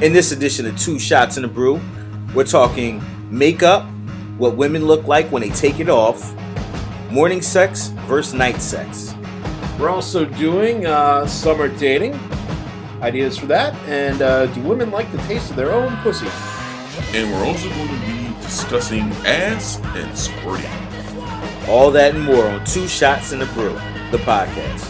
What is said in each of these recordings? In this edition of Two Shots in a Brew, we're talking makeup, what women look like when they take it off, morning sex versus night sex. We're also doing uh, summer dating ideas for that, and uh, do women like the taste of their own pussy? And we're also going to be discussing ass and squirting. All that and more on Two Shots in a Brew, the podcast.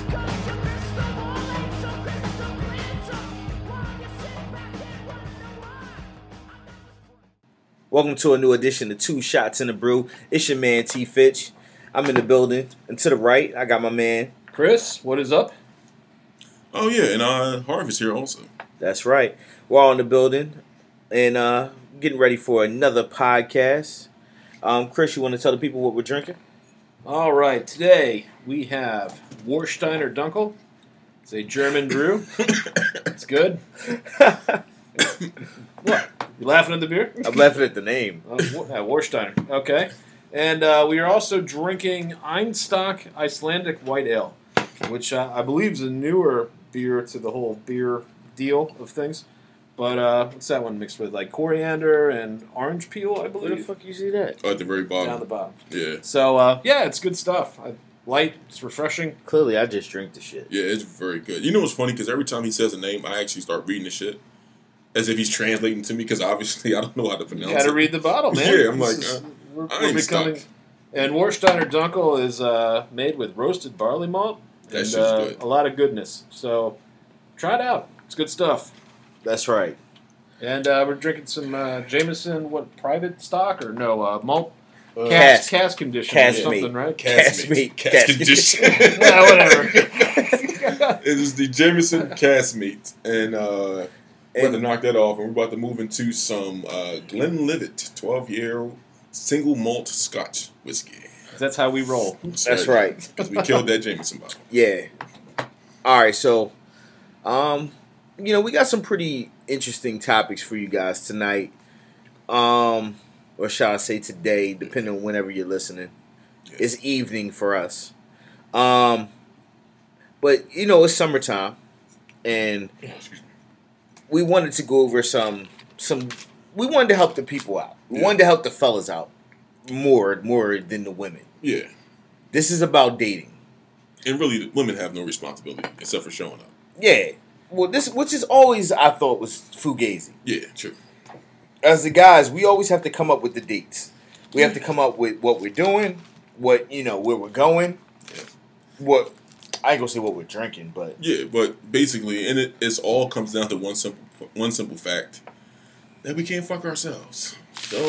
Welcome to a new edition of Two Shots in a Brew. It's your man T Fitch. I'm in the building, and to the right, I got my man. Chris, what is up? Oh yeah, and uh, Harvest here also. That's right. We're all in the building, and uh, getting ready for another podcast. Um, Chris, you want to tell the people what we're drinking? All right, today we have Warsteiner Dunkel. It's a German brew. it's good. What? You laughing at the beer? I'm laughing at the name. Uh, Wa- uh, Warsteiner. Okay. And uh, we are also drinking Einstock Icelandic White Ale, which uh, I believe is a newer beer to the whole beer deal of things. But uh, what's that one mixed with? Like coriander and orange peel, Where I the believe. fuck you see that? Oh, at the very Down the bottom. bottom. Yeah, So, uh, yeah, it's good stuff. I, light, it's refreshing. Clearly, I just drink the shit. yeah, it's very good. You know what's funny? Because every time he says a name, I actually start reading the shit as if he's translating to me. Because obviously, I don't know how to You pronounce gotta it. read the bottle, man. Yeah, I'm This like, is- uh, we're, I we're ain't becoming. stuck. And Warsteiner Dunkel is uh, made with roasted barley malt That and shit's uh, good. a lot of goodness. So try it out; it's good stuff. That's right. And uh, we're drinking some uh, Jameson, what private stock or no uh, malt Uh, cask, cask condition cask or something, mate. right? Cast meat. Cast Cast condition. yeah, whatever. It is the Jameson castmate, and uh, we're about to knock that off, and we're about to move into some uh, Glenlivet 12 year single malt Scotch whiskey. That's how we roll. That's right. Because we killed that Jameson bottle. Yeah. All right, so um you know, we got some pretty interesting topics for you guys tonight. Um or shall I say today, depending on whenever you're listening. It's evening for us. Um but you know, it's summertime and we wanted to go over some some we wanted to help the people out. We Yeah. wanted to help the fellas out more more than the women. Yeah, This is about dating. and really, the women have no responsibility except for showing up. Yeah. Well, this which is always I thought was fugazi. Yeah, true. As the guys, we always have to come up with the dates. We have to come up with what we're doing, what you know, where we're going, what I ain't gonna say what we're drinking, but Yeah, but basically, and it it's all comes down to one simple one simple fact that we can't fuck ourselves. So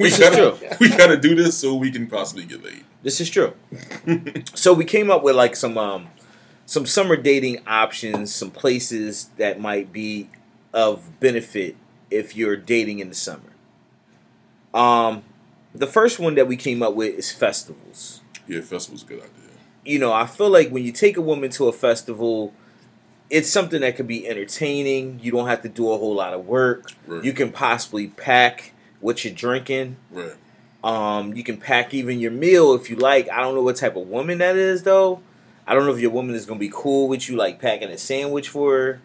we is gotta we gotta do this so we can possibly get laid. this is true. so we came up with like some um some summer dating options, some places that might be of benefit if you're dating in the summer. Um, the first one that we came up with is festivals. Yeah, festival's a good idea. you know, I feel like when you take a woman to a festival, it's something that could be entertaining. You don't have to do a whole lot of work. Right. You can possibly pack what you're drinking. Right. Um, you can pack even your meal if you like. I don't know what type of woman that is though. I don't know if your woman is gonna be cool with you like packing a sandwich for her.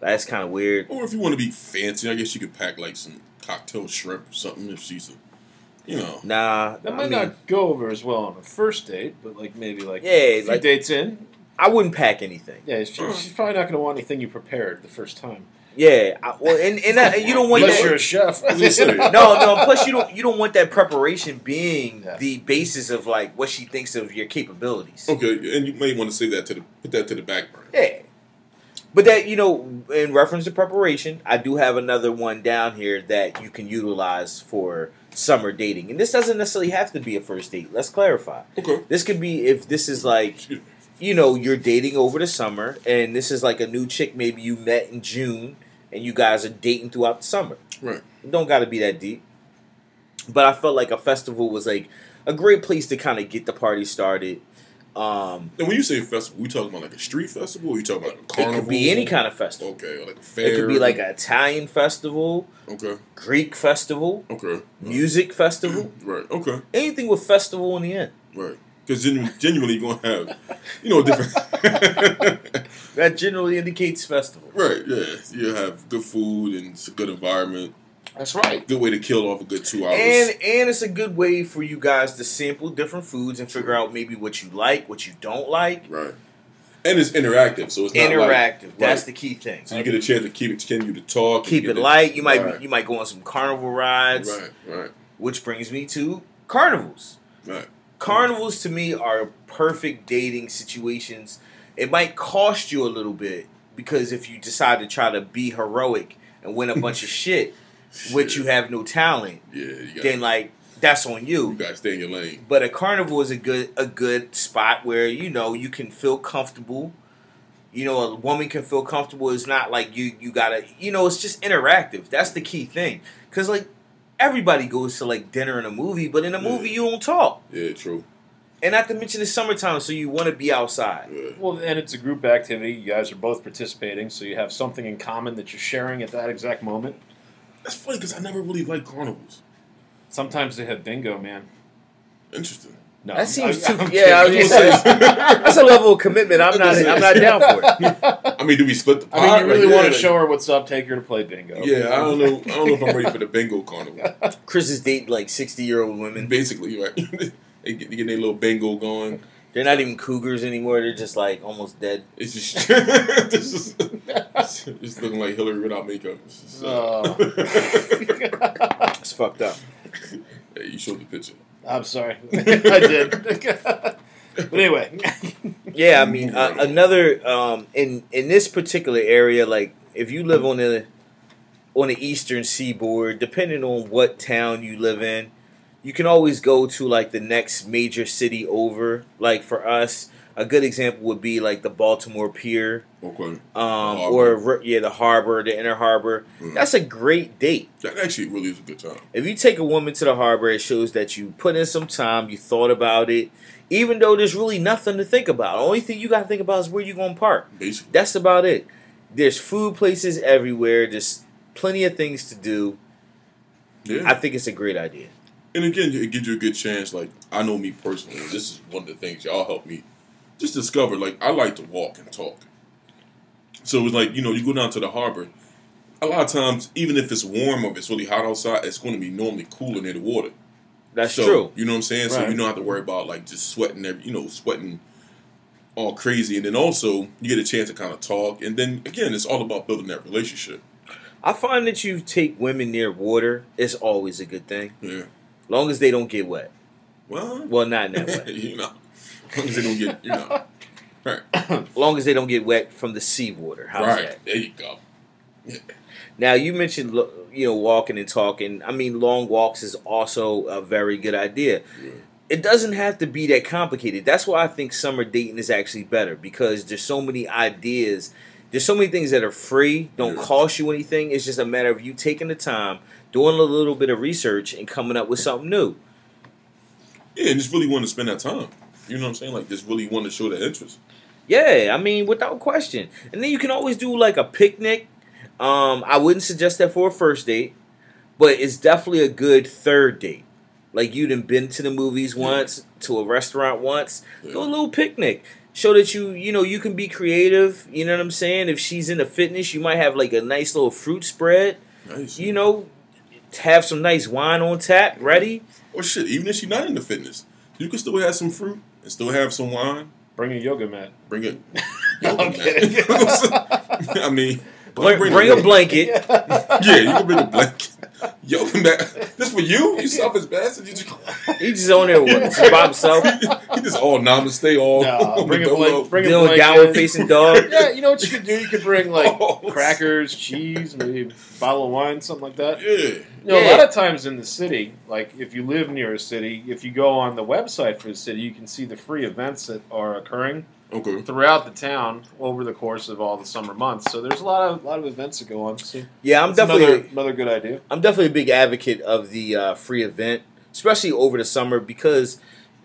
That's kind of weird. Or if you want to be fancy, I guess you could pack like some cocktail shrimp or something if she's a, you know. Nah, That I might mean, not go over as well on a first date, but like maybe like Yeah, a few like- dates in. I wouldn't pack anything. Yeah, she, Mm. she's probably not going to want anything you prepared the first time, Yeah, I, well, and and, I, and you don't want unless that. you're a chef. was gonna say. You know? no, no. Plus, you don't you don't want that preparation being Yeah. the basis of like what she thinks of your capabilities. Okay, and you may want to save that to the put that to the back burner. Yeah, but that you know, in reference to preparation, I do have another one down here that you can utilize for summer dating, and this doesn't necessarily have to be a first date. Let's clarify. Okay. This could be if this is like you know, you're dating over the summer, and this is like a new chick maybe you met in June, and you guys are dating throughout the summer. Right. It don't got to be that deep. But I felt like a festival was like a great place to kind of get the party started. Um, And when you say festival, we talking about like a street festival? Or you talking about a it carnival? could be any kind of festival. Okay, or like a fair. It could be like an Italian festival, Okay. Greek festival, Okay. music festival, Right. Okay. anything with festival in the end. Right. Because genuinely, genuinely you're going to have, you know, different. That generally indicates festival. right, yeah. You have good food and it's a good environment. That's right. Good way to kill off a good two hours. And and it's a good way for you guys to sample different foods and figure out maybe what you like, what you don't like. right. And it's interactive, so it's not like, Interactive. That's right. the key thing. So you get a chance to keep it, continue to talk. Keep you it get light. You might Right. you might go on some carnival rides, Right, right, which brings me to carnivals. right. Carnivals to me are perfect dating situations. It might cost you a little bit because if you decide to try to be heroic and win a bunch of shit, which you have no talent, Yeah, you got, then like that's on you you. got to stay in your lane. But a carnival is a good a good spot where you know you can feel comfortable. You know, a woman can feel comfortable. It's not like you you gotta. You know, it's just interactive. That's the key thing. Cause like everybody goes to like dinner and a movie, but in a movie you don't talk. Yeah, true. And not to mention it's summertime, so you want to be outside. Yeah. Well, and it's a group activity. You guys are both participating, so you have something in common that you're sharing at that exact moment. That's funny because I never really liked carnivals. Sometimes they have bingo, man. Interesting. No, That seems I'm- too- I'm yeah, I was kidding. gonna That's a level of commitment I'm not I'm not down for. It. I mean, do we split the pot? I mean, you really Like, yeah, want to like- show her what's up, take her to play bingo. Yeah, I don't know. I don't know if I'm ready for the bingo carnival. Chris is dating like 60 year old women. Basically, right? they get, they get their little bingo going. They're not even cougars anymore. They're just like almost dead. It's just, this is just looking like Hillary without makeup. It's just, uh, Oh. It's fucked up. Hey, you showed the picture. I'm sorry. I did. but anyway. Yeah, I mean uh, another um, in in this particular area, like if you live on the on the eastern seaboard, depending on what town you live in, you can always go to like the next major city over. Like for us, a good example would be like the Baltimore Pier. Okay, um, harbor. or ri- yeah, the harbor, the inner harbor. Mhm. That's a great date. that actually really is a good time. If you take a woman to the harbor, it shows that you put in some time, you thought about it, even though there's really nothing to think about. The only thing you got to think about is where you're going to park. Basically, That's about it. There's food places everywhere, there's plenty of things to do. yeah. I think it's a great idea. and again, it gives you a good chance. Like I know me personally, this is one of the things y'all helped me just discover. Like I like to walk and talk, so it was like you know you go down to the harbor. A lot of times, even if it's warm or if it's really hot outside, it's going to be normally cooler near the water. That's so, true. You know what I'm saying? So Right. you don't have to worry about like just sweating, every, you know, sweating all crazy, and then also you get a chance to kind of talk, and then again, it's all about building that relationship. I find that you take women near water, it's always a good thing. Yeah. Long as they don't get wet. Well, Well, not in that way. you know, as long as they don't get, you know, right, long as they don't get wet from the seawater. How's that? right. There you go. Now you mentioned lo- you know walking and talking. I mean, long walks is also a very good idea. Yeah. It doesn't have to be that complicated. That's why I think summer dating is actually better because there's so many ideas. There's so many things that are free, don't Yeah. cost you anything. It's just a matter of you taking the time, doing a little bit of research, and coming up with something new. Yeah, and just really want to spend that time. You know what I'm saying? Like, just really want to show that interest. Yeah, I mean, without question. And then you can always do like a picnic. Um, I wouldn't suggest that for a first date, but it's definitely a good third date. Like you done been to the movies once, to a restaurant once, do a Yeah. little picnic. Show that you, you know, you can be creative. You know what I'm saying? If she's into fitness, you might have like a nice little fruit spread. Nice. You know, have some nice wine on tap, ready. or Oh, shit, even if she's not into fitness, you can still have some fruit and still have some wine. Bring a yoga mat. Bring it. kidding. I mean, Bring, bring a blanket. Yeah, you can bring a blanket. Yo, Matt, this for you? You selfish bastard. You just, He's just on there with- just by himself, he just all namaste, all Nah, bring a blanket. Bring a doing blanket. downward facing dog. Yeah, you know what you could do? You could bring like Oh. crackers, cheese, maybe a bottle of wine, something like that. Yeah, You know, Yeah. a lot of times in the city, like if you live near a city, if you go on the website for the city, you can see the free events that are occurring okay. throughout the town over the course of all the summer months. So there's a lot of lot of events that go on. So Yeah, I'm that's definitely another, another good idea. I'm definitely a big advocate of the uh, free event, especially over the summer because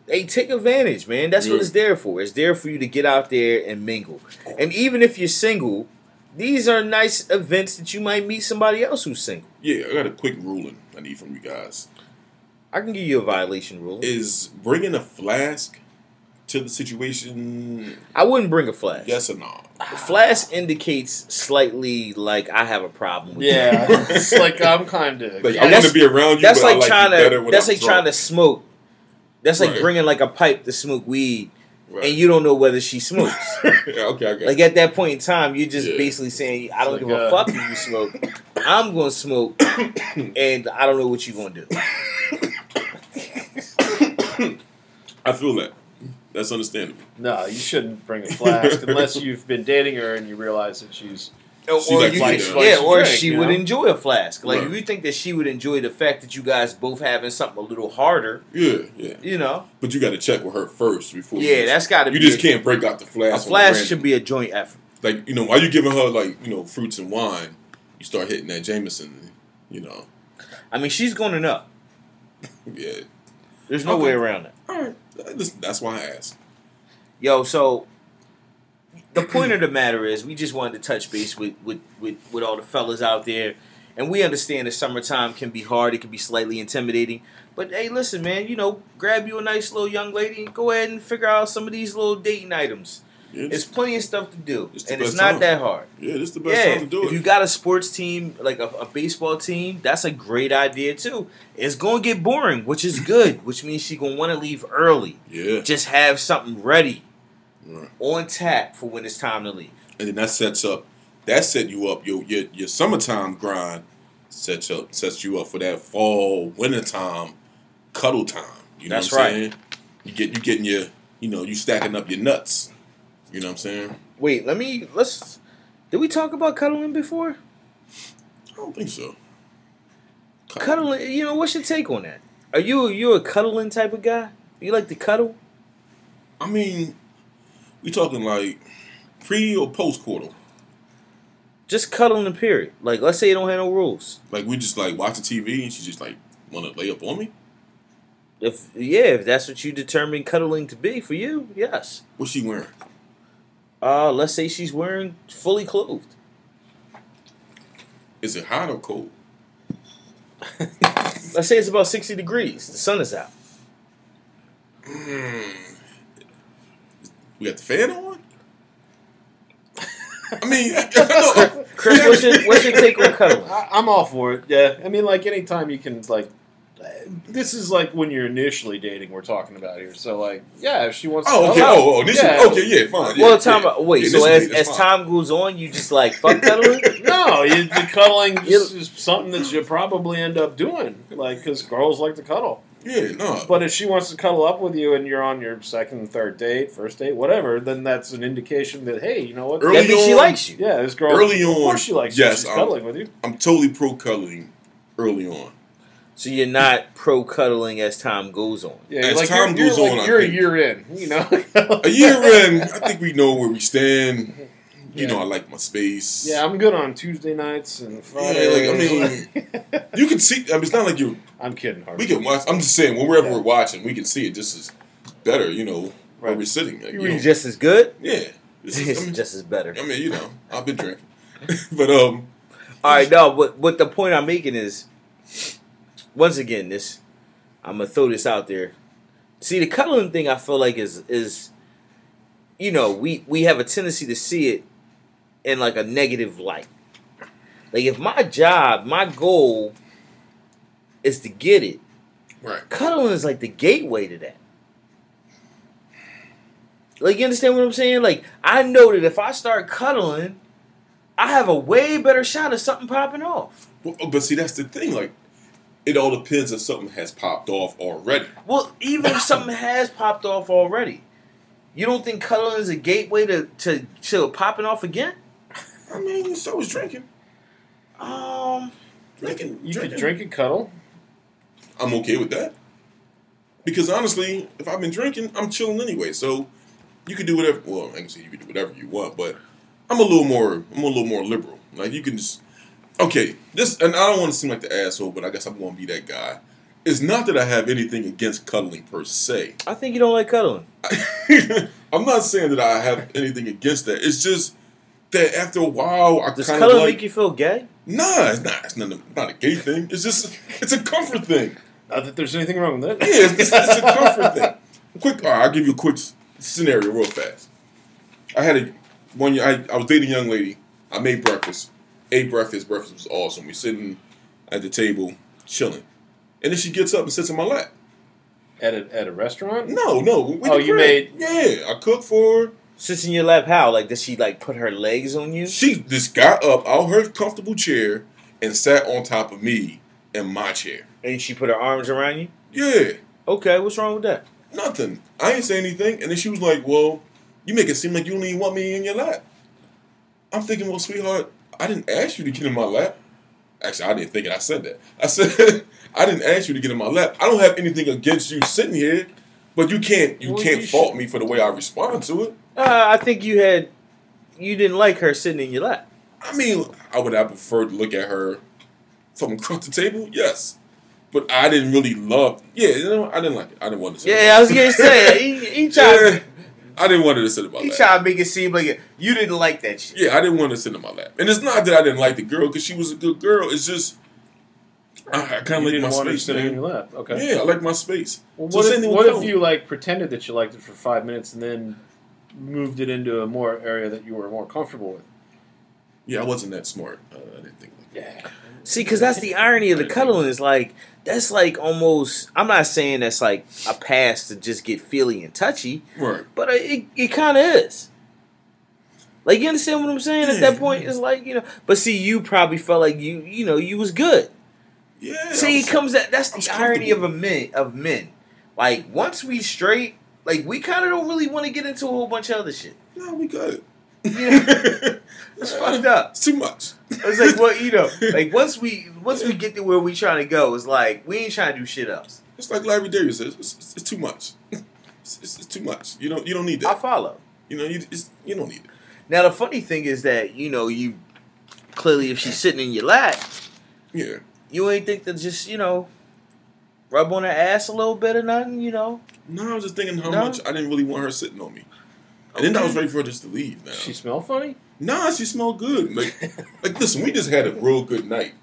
they take advantage, man. That's what Yeah. it's there for. It's there for you to get out there and mingle. And even if you're single, these are nice events that you might meet somebody else who's single. Yeah, I got a quick ruling I need from you guys. I can give you a violation rule. Is bringing a flask to the situation? I wouldn't bring a flash. Yes or no? Flash indicates slightly like I have a problem with Yeah, you. it's like I'm kind of. Like Yeah, I want that's- to be around you. that's but like, I like trying you better to when that's I'm like trying to drunk. smoke. That's like Right. bringing like a pipe to smoke weed Right. and you don't know whether she smokes. yeah, okay, okay. like at that point in time, you're just Yeah. basically saying I don't It's give like, a uh, fuck if you smoke. I'm gonna smoke and I don't know what you're gonna do. I feel that. That's understandable. no, you shouldn't bring a flask unless you've been dating her and you realize that she's. Or, She or like you could- flash- flash yeah, or drink, she you would know? enjoy a flask. Like Right. you think that she would enjoy the fact that you guys both having something a little harder, Yeah, yeah. you know? But you got to check with her first before. you Yeah, just- that's got to You be just a- can't break out the A flash. flash should be a joint effort. like you know while you giving her like you know fruits and wine, you start hitting that Jameson. You know, I mean, she's going to know. yeah. There's no Okay. way around it. All right, Listen, that's why I asked. Yo, so the point of the matter is, we just wanted to touch base with with with, with all the fellas out there, and we understand that summertime can be hard. It can be slightly intimidating. But hey, listen, man, you know, grab you a nice little young lady and go ahead and figure out some of these little dating items. Yeah, It's this, plenty of stuff to do, It's the and it's best not time. that hard. yeah, this is the best Yeah, time to do if it. you got a sports team, like a, a baseball team, that's a great idea too. It's gonna get boring, which is good, which means she gonna want to leave early. yeah, Just have something ready right. on tap for when it's time to leave. and then that sets up. That set you up. Your your, your summertime grind sets up sets you up for that fall wintertime cuddle time. You know That's what I'm right. saying? You get you getting your you know you stacking up your nuts. You know what I'm saying? Wait, let me let's. Did we talk about cuddling before? I don't think so. Cuddling, you know, what's your take on that? Are you you a cuddling type of guy? You like to cuddle? I mean, we talking like pre or post quarter. Just cuddling, period. Like, let's say you don't have no rules. Like we just like watching TV and she just like want to lay up on me. If yeah, if that's what you determine cuddling to be for you, yes. What's she wearing? Uh, let's say she's wearing fully clothed. Is it hot or cold? Let's say it's about sixty degrees. The sun is out. Hmm. We got the fan on. I mean, no. Chris, what's your, what's your take on cuddling? I, I'm all for it. Yeah, I mean, like anytime you can like. This is like when you're initially dating. We're talking about here. So like, yeah, if she wants. Oh, okay. to Oh, oh, this yeah. is okay. Yeah, fine. Yeah, well, time. yeah. Wait. Yeah, so this as, is- that's as fine. time goes on, you just like fuck cuddling. No, you, the cuddling You- is, is something that you probably end up doing, like because girls like to cuddle. yeah, no, But if she wants to cuddle up with you and you're on your second, third date, first date, whatever, then that's an indication that hey, you know what? Early that means she on- likes you. yeah, this girl. early of on, course she likes yes, you. She's I'm- cuddling with you. I'm totally pro cuddling early on. So you're not pro cuddling as time goes on. Yeah, As like time you're, goes you're, like, on, I you're a think- year in. You know, A year in, I think we know where we stand. You Yeah. know, I like my space. Yeah, I'm good on Tuesday nights and Friday. like, you can see. I mean, it's not like you're I'm kidding, Harvey. We can watch. I'm just saying, wherever Yeah. we're watching, we can see it just as better, you know, where Right. we're sitting. Like, you You're know, just as good. yeah. This is- I, It's mean, just as better. I mean, you know, I've been drinking. but, um, All right, no, but but the point I'm making is, once again, this I'm gonna throw this out there. See, the cuddling thing I feel like is is, you know, we we have a tendency to see it in like a negative light. Like if my job, my goal is to get it, right. cuddling is like the gateway to that. Like you understand what I'm saying? Like I know that if I start cuddling, I have a way better shot of something popping off. Well, but see, that's the thing. Like, it all depends if something has popped off already. Well, even if something has popped off already, you don't think cuddling is a gateway to to, to popping off again? I mean, so is drinking. Um, Drinking. You drinking. can drink and cuddle. I'm okay with that. Because honestly, if I've been drinking, I'm chilling anyway. So you can do whatever. Well, I can say you can do whatever you want, but I'm a little more. I'm a little more liberal. Like you can just okay. This and I don't want to seem like the asshole, but I guess I'm going to be that guy. It's not that I have anything against cuddling per se. I think you don't like cuddling. I'm not saying that I have anything against that. It's just that after a while, I Does kind of cuddling like. make you feel gay? nah, it's not. It's not a, not a gay thing. It's just it's a comfort thing. Not that there's anything wrong with it. Yeah, it's, it's, it's a comfort thing. Quick, all right, I'll give you a quick scenario real fast. I had a one year. I, I was dating a young lady. I made breakfast. Ate breakfast. Breakfast was awesome. We sitting at the table chilling, and then she gets up and sits in my lap. At a, at a restaurant? No, no. we- we Oh, the you crib. Yeah, I cooked for her. Sits in your lap, how? Like, does she like put her legs on you? She just got up out her comfortable chair and sat on top of me in my chair. And she put her arms around you? Yeah, Okay, what's wrong with that? nothing. I ain't say anything. And then she was like, "Well, you make it seem like you don't even want me in your lap." I'm thinking, "Well, sweetheart, I didn't ask you to get in my lap." Actually, I didn't think it. I said that. I said, "I didn't ask you to get in my lap. I don't have anything against you sitting here, but you can't you Well, can't you fault me for the way I respond to it." Uh, I think you had, you didn't like her sitting in your lap. I mean, I would have preferred to look at her from across the table, yes. But I didn't really love. Yeah, you know, I didn't like it. I didn't want to. Sit in Yeah, my I was gonna lap. say he, he tried, Yeah, I didn't want her to sit in my he lap. tried to make it seem like you didn't like that shit. Yeah, I didn't want her to sit in my lap. And it's not that I didn't like the girl because she was a good girl. It's just I, I kind You of like didn't my want her space. sitting in Man. your lap. Okay. Yeah, I like my space. Well, So what same if, thing with what if Cody. you like pretended that you liked it for five minutes and then moved it into a more area that you were more comfortable with? Yeah, I wasn't that smart. Uh, I didn't think. Like Yeah. See, because that's the irony of the cuddling is like that's like almost. I'm not saying that's like a pass to just get feely and touchy, that. Right. but uh, it it kind of is. Like you understand what I'm saying at that Yeah. point? It's like you know, but see, you probably felt like you you know you was good. Yeah. See, I it comes that that's I was the irony of a comfortable. men of men. Like once we straight, like we kind of don't really want to get into a whole bunch of other shit. was- no, we good. It's fucked up. It's too much. It's like well, you know, like once we once we get to where we trying to go, it's like we ain't trying to do shit else. It's like Larry David says, it's, it's, it's too much. It's, it's, it's too much. You don't you don't need I that. follow. You know you it's, you don't need it. Now the funny thing is that you know you clearly if she's sitting in your lap, Yeah, you ain't think to just you know rub on her ass a little bit or nothing. You know, no, I was just thinking how No? much I didn't really want her sitting on me, and then I was ready for her just to leave. Now, She smell funny? nah, she smelled good. Like, like listen, we just had a real good night,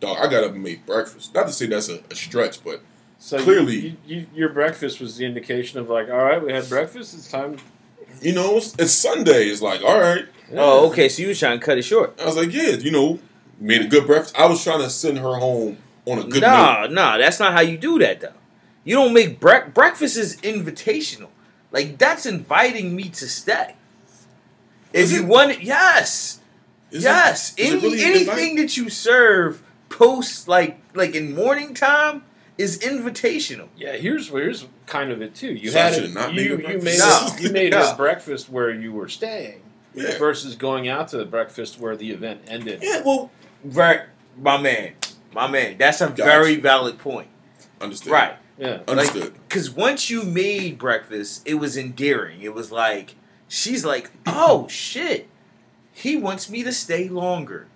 dog. I got up and made breakfast. Not to say that's a, a stretch, but So you- Clearly. you, you- your breakfast was the indication of like, all right, we had breakfast. It's time. you know, it's, it's Sunday. It's like all right. Oh, okay. So you was trying to cut it short. I was like, yeah, you know, made a good breakfast. I was trying to send her home on a good note. Nah, nah. That's not how you do that though. You don't make break breakfast is invitational. Like that's inviting me to stay. If Is you it- want it, yes, Is it- yes. is it Any, really anything that you serve post like like in morning time is invitational. Yeah, here's here's kind of it too. You So I had should've it- not made you, her you made breakfast? a- you made No. a breakfast where you were staying Yeah. versus going out to the breakfast where the event ended. Yeah, well, Right, my man, my man. That's a Gotcha. very valid point. understood. Right, Yeah. Understood. because once you made breakfast, it was endearing. It was like she's like, oh shit, he wants me to stay longer.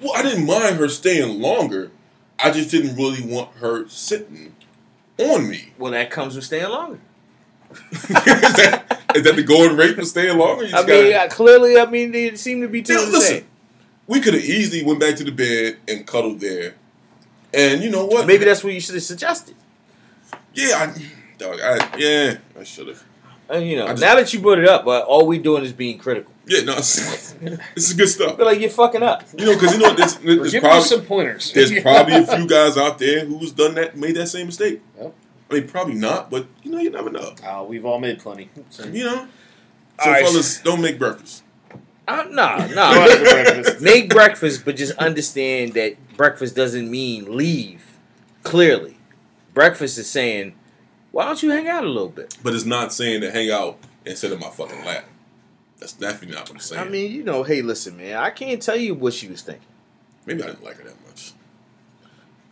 Well, I didn't mind her staying longer. I just didn't really want her sitting on me. Well, that comes with staying longer. is, that, is that the golden rate for staying longer? You I just mean, gotta- uh, clearly, I mean, they seem to be two Now, of the listen, same. we could have easily went back to the bed and cuddled there. And you know what? Maybe that's what you should have suggested. yeah, I, dog. I, yeah, I should have. Uh, you know, I just- now that you brought it up, but all we doing is being critical. Yeah, no, it's, this is good stuff. But like you're fucking up. You know, because you know what? There's, Or there's give me probably some pointers. there's probably a few guys out there who's done that, made that same mistake. Yep. I mean, probably not, but you know, you never know. Uh, we've all made plenty. So- You know, so All right. fellas, don't make breakfast. Uh, nah, Go out to nah. breakfast. Make breakfast, but just understand that breakfast doesn't mean leave. Clearly, breakfast is saying, why don't you hang out a little bit? But it's not saying to hang out and sit in my fucking lap. That's definitely not what I'm saying. I mean, you know, hey, listen, man, I can't tell you what she was thinking. Maybe I didn't like her that much.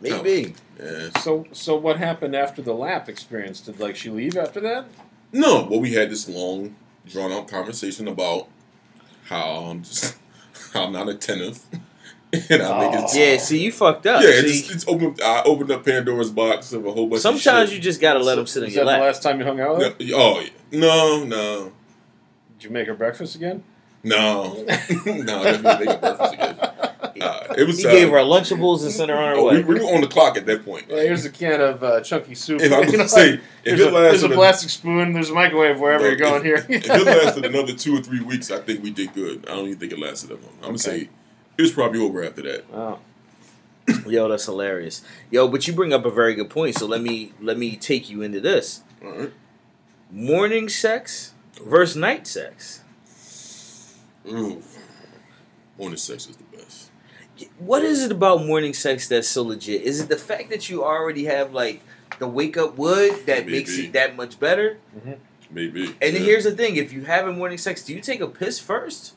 Maybe. Yeah. So so what happened after the lap experience? Did like she leave after that? No, well, we had this long, drawn out conversation about how I'm just, how I'm not attentive. And I make it. Oh. Yeah, see, you fucked Yeah, up. it see, just, it's opened, I opened up Pandora's box of a whole bunch of sometimes you shit. just gotta let them sit in Was your that the lap. last time you hung out with her? No, oh, yeah. No, no. Did you make her breakfast again? No. no, definitely make a breakfast again. Uh, It was. He uh, gave her Lunchables and sent her on her oh, we, way. we were on the clock at that point. Well, here's a can of uh, chunky soup. If I was You know, to say, if there's, it a, there's a lasted, plastic spoon. There's a microwave wherever you're Look, going here. if it lasted another two or three weeks, I think we did good. I don't even think it lasted that long. I'm gonna say it was probably over after that. oh. Yo, that's hilarious. Yo, but you bring up a very good point. So let me let me take you into this All right. morning sex versus night sex. Ooh. Morning sex is the best. What is it about morning sex that's so legit? Is it the fact that you already have like the wake up wood that Maybe. makes it that much better? Maybe. And Yeah. here's the thing: if you having morning sex, do you take a piss first,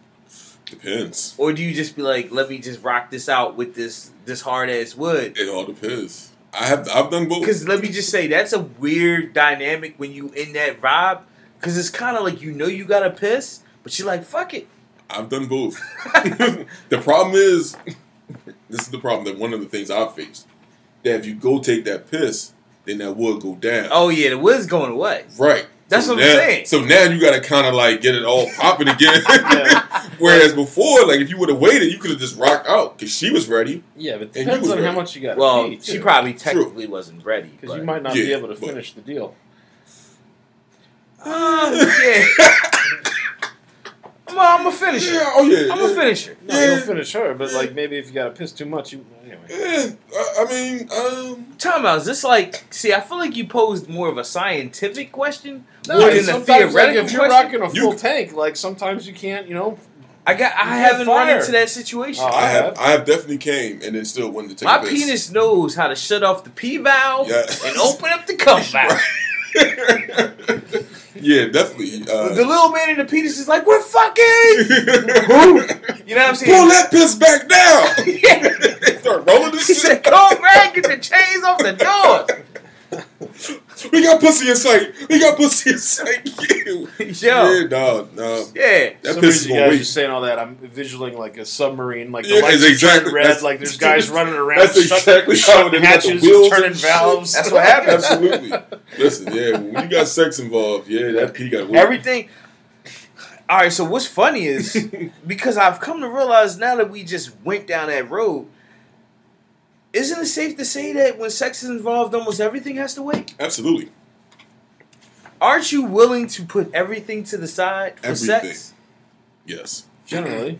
depends. or do you just be like, "Let me just rock this out with this this hard ass wood"? It all depends. I have I've done both. Because let me just say, that's a weird dynamic when you in that vibe. Because it's kind of like you know you gotta piss, but you're like, "Fuck it." I've done both. the problem is, this is the problem that one of the things I faced that if you go take that piss, then that would go down. Oh yeah, the wood's going away. Right. That's what I'm now- saying. So now you gotta kind of like get it all popping again. Whereas before, like if you would have waited, you could have just rocked out because she was ready. Yeah, but it And you depends was on how ready. much you got. Well, she probably technically wasn't ready. because you but- might not be Yeah, able to but- finish the deal. Uh, yeah. I'm, a, I'm a finisher. Yeah. Oh yeah. I'm a finisher. No, you'll Yeah. finish her, but like maybe if you got to piss too much, you anyway. Yeah. I, I mean, um, Time out. Is this like? See, I feel like you posed more of a scientific question No, more and than a sometimes, like, theoretical if you're question. rocking a You full c- tank, like sometimes you can't, you know. I got. I you haven't have run fire. into that situation. Oh, I have. have I have definitely came and then still wanted to take. My a piss. penis knows how to shut off the pee valve Yeah. and open up the cum valve. yeah, definitely. The Uh, little man in the penis is like, "We're fucking." You know what I'm Pull saying? that piss back down. Yeah. Start rolling this He said, shit. "Come back, get the chains off the doors." We got pussy in sight. We got pussy in sight. Ew. Yo. Yeah, no, no. Yeah. That some piss is reason you gonna guys wait. just saying all that. I'm visualizing like a submarine, like the Yeah, lights it's are exactly- turning red, that's- like there's guys running around, that's shut- exactly how shutting it is, like the hatches, wheels turning and shit. valves. That's what happens. Absolutely. Listen, yeah, when you got sex involved, yeah, that pee got wet. Everything. All right. So what's funny is because I've come to realize now that we just went down that road. Isn't it safe to say that when sex is involved, almost everything has to wait? Absolutely. Aren't you willing to put everything to the side for sex? Everything. Yes. Generally,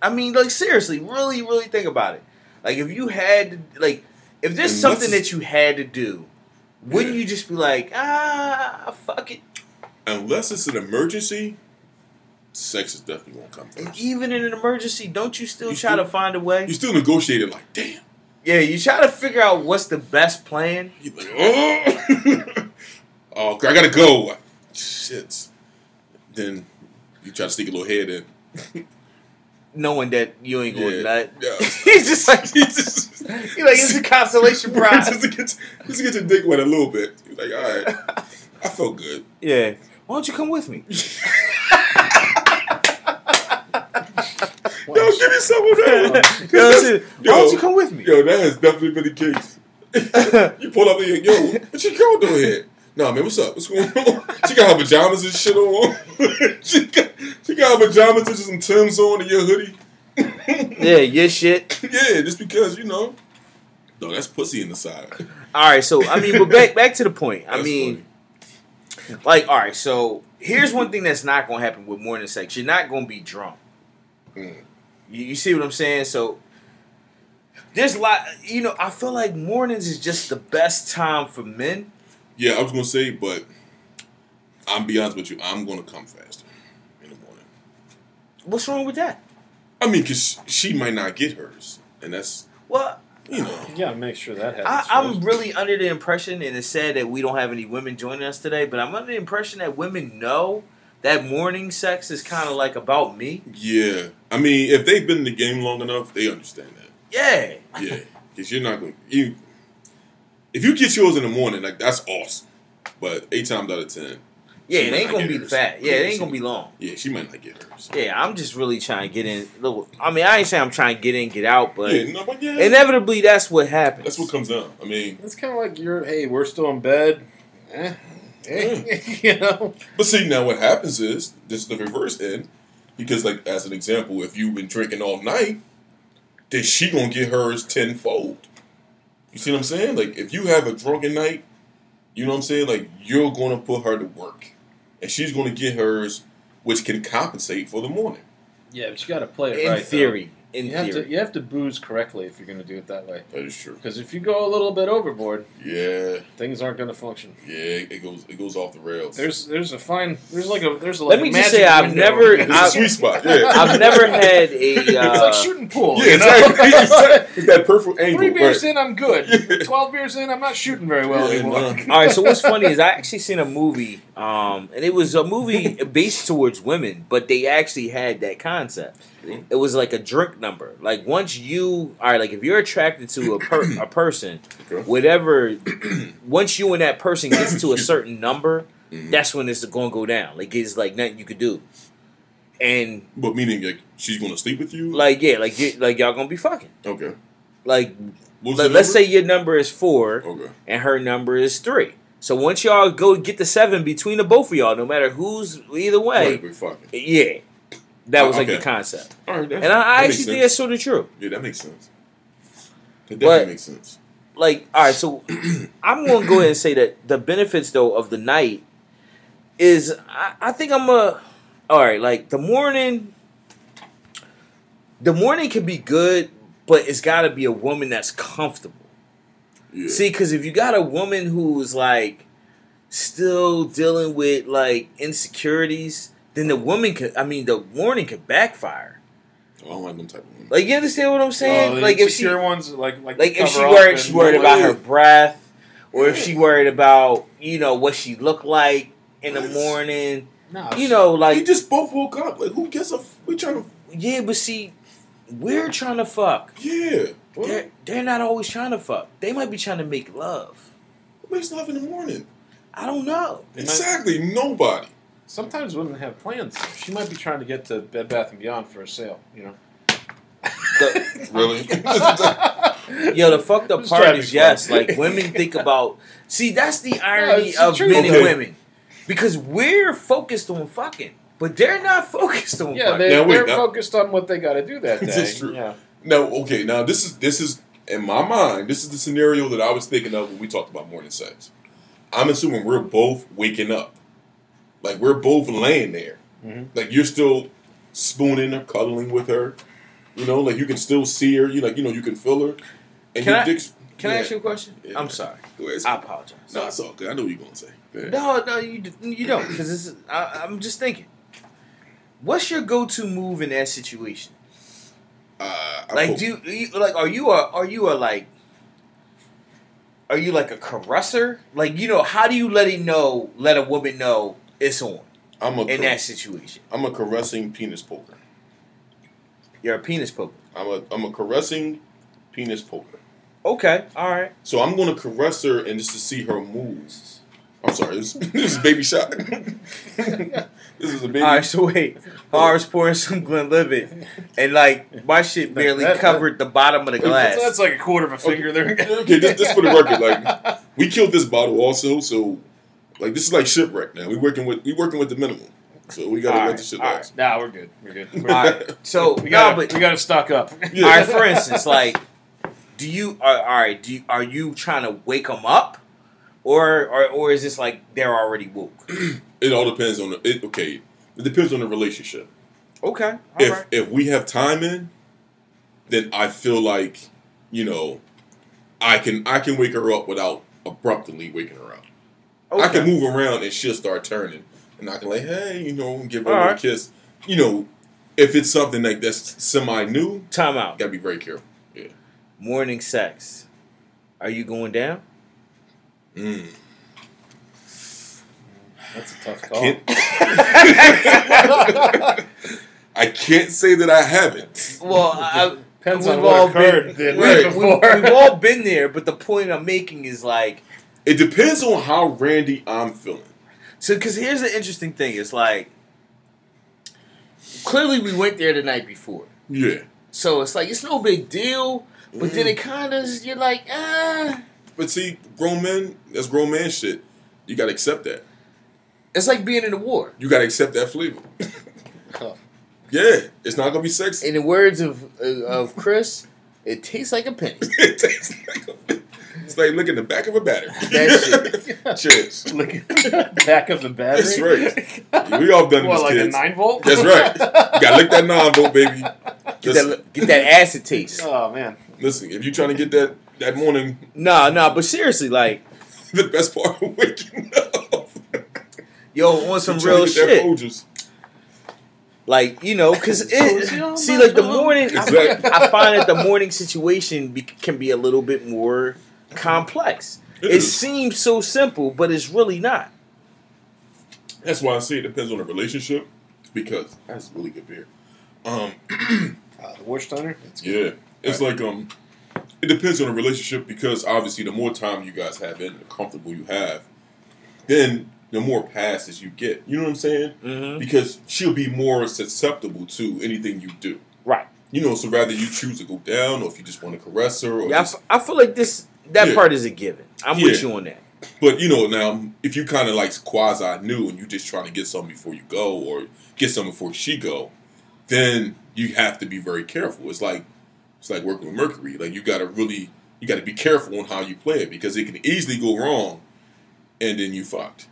I mean, like seriously, really, really think about it. Like if you had, like, if there's And something what's- that you had to do, wouldn't Yeah. you just be like, ah, fuck it? Unless it's an emergency, sex is definitely gonna come And first. even in an emergency, don't you still You try still- to find a way? You still negotiating like, damn. Yeah, you try to figure out what's the best plan. You like, oh, oh, I gotta go. Shit. Then you try to sneak a little head in. knowing that you ain't going Yeah. nut. Yeah. he's just like he's just, like it's a consolation just prize. to get just to get your dick wet a little bit. You're like, all right, I felt good. yeah. Why don't you come with me? Yo, give me some of that. Yo, shit, Yo. Why don't you come with me? Yo, that has definitely been the case. you pull up and you're yo, what your girl doing here? Nah, man, what's up? What's going on? She got her pajamas and shit on. she, got, she got her pajamas and just some Tim's on and your hoodie. Yeah, your shit. Yeah, just because, you know. No, that's pussy in the side. All right, so I mean, but back back to the point. I That's mean, like, all right, so here's one thing that's not gonna happen with morning sex. You're not gonna be drunk. Mm. You, you see what I'm saying? So there's a lot. You know, I feel like mornings is just the best time for men. Yeah, I was gonna say, but I'm be honest with you, I'm gonna come faster in the morning. What's wrong with that? I mean, cause she might not get hers, and that's Well, you know, you gotta make sure that I, happens. I'm first. really under the impression, and it's sad that we don't have any women joining us today, but I'm under the impression that women know that morning sex is kind of like about me. yeah. I mean, if they've been in the game long enough, they understand that. Yeah. Yeah, cause you're not gonna you. If you get yours in the morning, like that's awesome. But eight times out of ten, Yeah, She it might ain't not going to get be hers. fat. Yeah, it ain't going to be long. yeah, she might not get hers. Yeah, I'm just really trying to get in. Look, I mean, I ain't saying I'm trying to get in, get out, but yeah, no, but yeah, inevitably that's what happens. that's what comes down. I mean, It's kind of like you're. Hey, we're still in bed. Eh, eh, Mm. you know. But see, now what happens is this is the reverse end, because like as an example, if you've been drinking all night, then she gonna get hers tenfold. You see what I'm saying? Like if you have a drunken night, you know what I'm saying? Like you're gonna put her to work, and she's gonna get hers, which can compensate for the morning. Yeah, but you got to play it in right. though. theory. In you have theory. to you have to booze correctly if you're going to do it that way. That is true. Because if you go a little bit overboard, Yeah, things aren't going to function. yeah, it goes it goes off the rails. There's there's a fine there's like a there's a Let like me just magic say I've window. never- it's I've- a sweet spot. Yeah, I've never had a. Uh, it's like shooting pool. Yeah, you know? exactly. exactly. It's that perfect angle. Three beers right. in, I'm good. Twelve beers in, I'm not shooting very well Yeah, anymore. no. All right, so what's funny is I actually seen a movie, um, and it was a movie based towards women, but they actually had that concept. It was like a drink number. Like once you all right, like if you're attracted to a per- a person, Okay. whatever, once you and that person gets to a certain number, Mhm. that's when it's gonna go down. Like it's like nothing you could do, and But meaning like she's gonna sleep with you? like yeah, like you, like y'all gonna be fucking. okay. Like What was let, the let's say number? Oh. your number is four okay. and her number is three. So once y'all go get the seven between the both of y'all, no matter who's either way, Right, but fucking. yeah, that was like Okay. the concept. All right, that, And I, I that actually makes think sense. that's sort of true. Yeah, that makes sense. But- That definitely makes sense. Like, all right, so I'm going to go ahead and say that the benefits though of the night is I, I think I'm a all right. Like the morning, the morning can be good, but it's got to be a woman that's comfortable. Yeah. See, because if you got a woman who's like still dealing with like insecurities, then the woman could, I mean, the warning could backfire. Oh, I don't like them type of women. Like, you understand what I'm Oh, saying? the like, if she, insecure ones like like, like if cover she up worried, and- she worried Yeah. about her breath, or if she worried about you know what she looked like in the Yes. morning, No, you know, we like just both woke up. Like who gets a? f- We trying to. yeah, but see, we're trying to fuck. Yeah. What, They're, they're not always trying to fuck. They might be trying to make love. what makes love in the morning? I don't know. They might- Exactly. Nobody. Sometimes women have plans. She might be trying to get to Bed Bath and Beyond for a sale. You know. The- Really? Yo, the fucked up Just part trying to is be yes. funny. Like women think about. See, that's the irony it's the of truth. men and Okay. women, because we're focused on fucking, but they're not focused on yeah, fucking. they, Now, wait, they're now- focused on what they got to do that day. This is true. Yeah. no. Okay. Now this is this is in my mind. This is the scenario that I was thinking of when we talked about morning sex. I'm assuming we're both waking up. Like we're both laying there. Mhm. Like you're still spooning or cuddling with her. You know, like you can still see her. You like you know you can feel her. And Can your I- dick's Can I Yeah. ask you a question? Yeah. I'm sorry. Go ahead. I apologize. No, it's all good. I know what you're gonna say. Go ahead. No, no, you d- you don't. Because this is. I, I'm just thinking. What's your go-to move in that situation? Uh, I Like, poke- do you- you like? Are you a? Are you a like? Are you like a caresser? Like, you know, how do you let it know? Let a woman know it's on I'm a in car- that situation. I'm a caressing penis poker. You're a penis poker. I'm a I'm a caressing penis poker. Okay, all right. So I'm gonna caress her and just to see her moves. I'm sorry, this, this is baby shot. this is a baby. All right, so wait. I was pouring some Glenlivet, and like my shit barely That- that- covered the bottom of the glass. That's, that's like a quarter of a finger there. okay, just, just for the record, like we killed this bottle also, so like this is like shipwreck now. We working with we working with the minimum, so we gotta All let right, the shit all last. nah, we're good. We're good. We're- all right, so We nah, got. but We got to stock up. Yeah. all right. For instance, like, do you are all right? Do you, are you trying to wake them up, or or or is this like they're already woke? It all depends on the it, okay. It depends on the relationship. Okay, all right. if if we have time in, then I feel like you know, I can I can wake her up without abruptly waking her up. Okay. I can move around and she'll start turning, and I can like hey you know give her All a little right. kiss. You know, if it's something like that's semi new, Time out. gotta be very careful. Yeah. Morning sex. Are you going down? Mm. That's a tough I call. can't. I can't say that I haven't. Well, I, Depends We've on what all occurred been- the night Right. we've, before. we've all been there, but the point I'm making is like. It depends on how randy I'm feeling. So, because here's the interesting thing: it's like clearly we went there the night before, Yeah. so it's like it's no big deal. But Mm. then it kind of you're like, ah, But see, grown men, that's grown man shit. You gotta accept that. it's like being in a war. You gotta accept that flavor. yeah, it's not gonna be sexy. In the words uh, of of Chris, It tastes like a penny. it tastes like a, it's like looking the back of a batter. That Cheers. Look at the back of the battery. That's right. We all done it What, as like kids. a nine volt? That's right. You gotta lick that nine volt, baby. Get Just- that, get that acid taste. oh man. listen, if you're trying to get that that morning, Nah, nah, but seriously, like, the best part of waking up. yo, on some You trying to real get that shit. Folgers. Like, you know, because it, see, like, the morning, I, Exactly. I find that the morning situation be, can be a little bit more complex. It is. seems so simple, but it's really not. That's why I say it depends on the relationship because that's really good beer. Um, Uh, the Warsteiner. It's good. yeah, it's like um, it depends on the relationship because obviously the more time you guys have in, the comfortable you have, then the more passes you get. You know what I'm saying? Mm-hmm. Because she'll be more susceptible to anything you do. Right. You know, so rather you choose to go down, or if you just want to caress her, or Yeah, I, just- f- I feel like this, that Yeah. part is a given. I'm with Yeah. you on that. But you know, now if you kind of like quasi new and you just trying to get something before you go or get something before she go, then you have to be very careful. It's like it's like working with Mercury. Like you got to really you got to be careful on how you play it because it can easily go wrong, and then you fucked.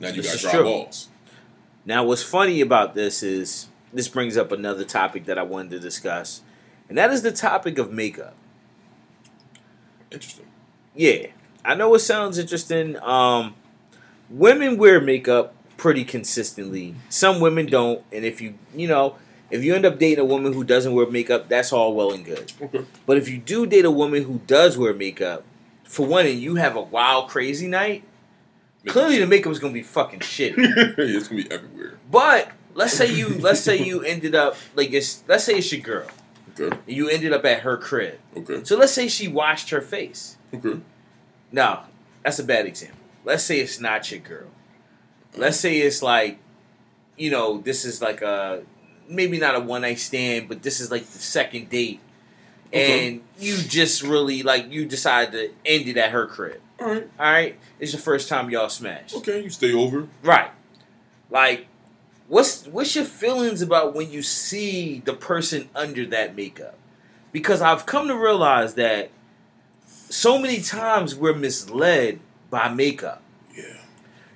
Now you This got is dry true. balls. Now, what's funny about this is this brings up another topic that I wanted to discuss, and that is the topic of makeup. Interesting. Yeah, I know it sounds interesting. Um, women wear makeup pretty consistently. Some women don't, and if you you know if you end up dating a woman who doesn't wear makeup, that's all well and good. Okay. But if you do date a woman who does wear makeup, for one, and you have a wild crazy night, clearly the makeup's gonna be fucking shitty. it's gonna be everywhere. But let's say you let's say you ended up like it's let's say it's your girl. Okay. And you ended up at her crib. Okay. So let's say she washed her face. Okay. No, that's a bad example. Let's say it's not your girl. Let's say it's like, you know, this is like a maybe not a one night stand, but this is like the second date. Okay. And you just really like you decide to end it at her crib. All right. All right, it's the first time y'all smashed. Okay. You stay over. Right. Like, what's what's your feelings about when you see the person under that makeup? Because I've come to realize that so many times we're misled by makeup. Yeah.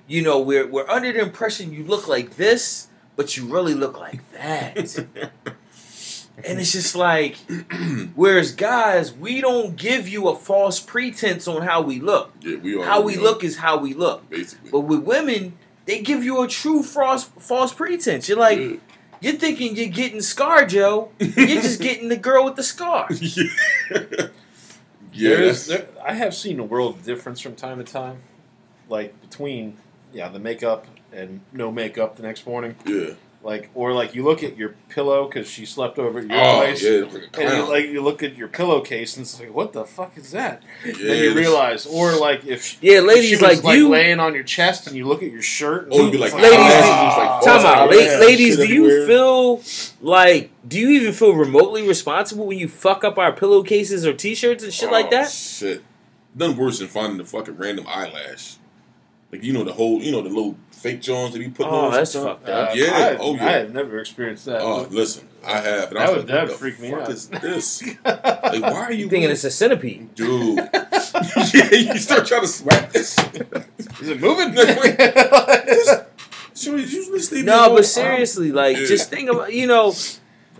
You know, we're we're under the impression you look like this, but you really look like that. and it's just like, whereas guys, we don't give you a false pretense on how we look. Yeah. We are. How we are, look is how we look. Basically. But with women, they give you a true false false pretense. You're like, you're thinking you're getting scar, Joe. You're just getting the girl with the scar. yeah. yeah. There is. that's- There, I have seen a world of difference from time to time, like between yeah the makeup and no makeup the next morning. Yeah. Like or like you look at your pillow because she slept over at your Oh, place. yeah, like a And you, clown. like you look at your pillowcase and it's like, what the fuck is that? Yeah, then you that's- realize, or like if she, Yeah, she ladies, was, like, you, laying on your chest and you look at your shirt. and Oh, you'd be like, it's Ladies, ah, do- time out, La- Oh, yeah, ladies. shit Do you everywhere. feel like? Do you even feel remotely responsible when you fuck up our pillowcases or T-shirts and shit like Oh, that? Shit, nothing worse than finding the fucking random eyelash. Like you know the whole, you know the little fake Johns that you put Oh, on. that's sometimes. fucked up. Uh, Yeah, I, oh, yeah. I have never experienced that. Oh, listen, I have. That And I would- was that like, would what freak the me fuck out. Is this? Like, why are you? You thinking it's a centipede? dude? yeah, you start trying to smack this. Is it moving? Sure, you just leave me No, alone. but seriously, like, Yeah. just think about you know,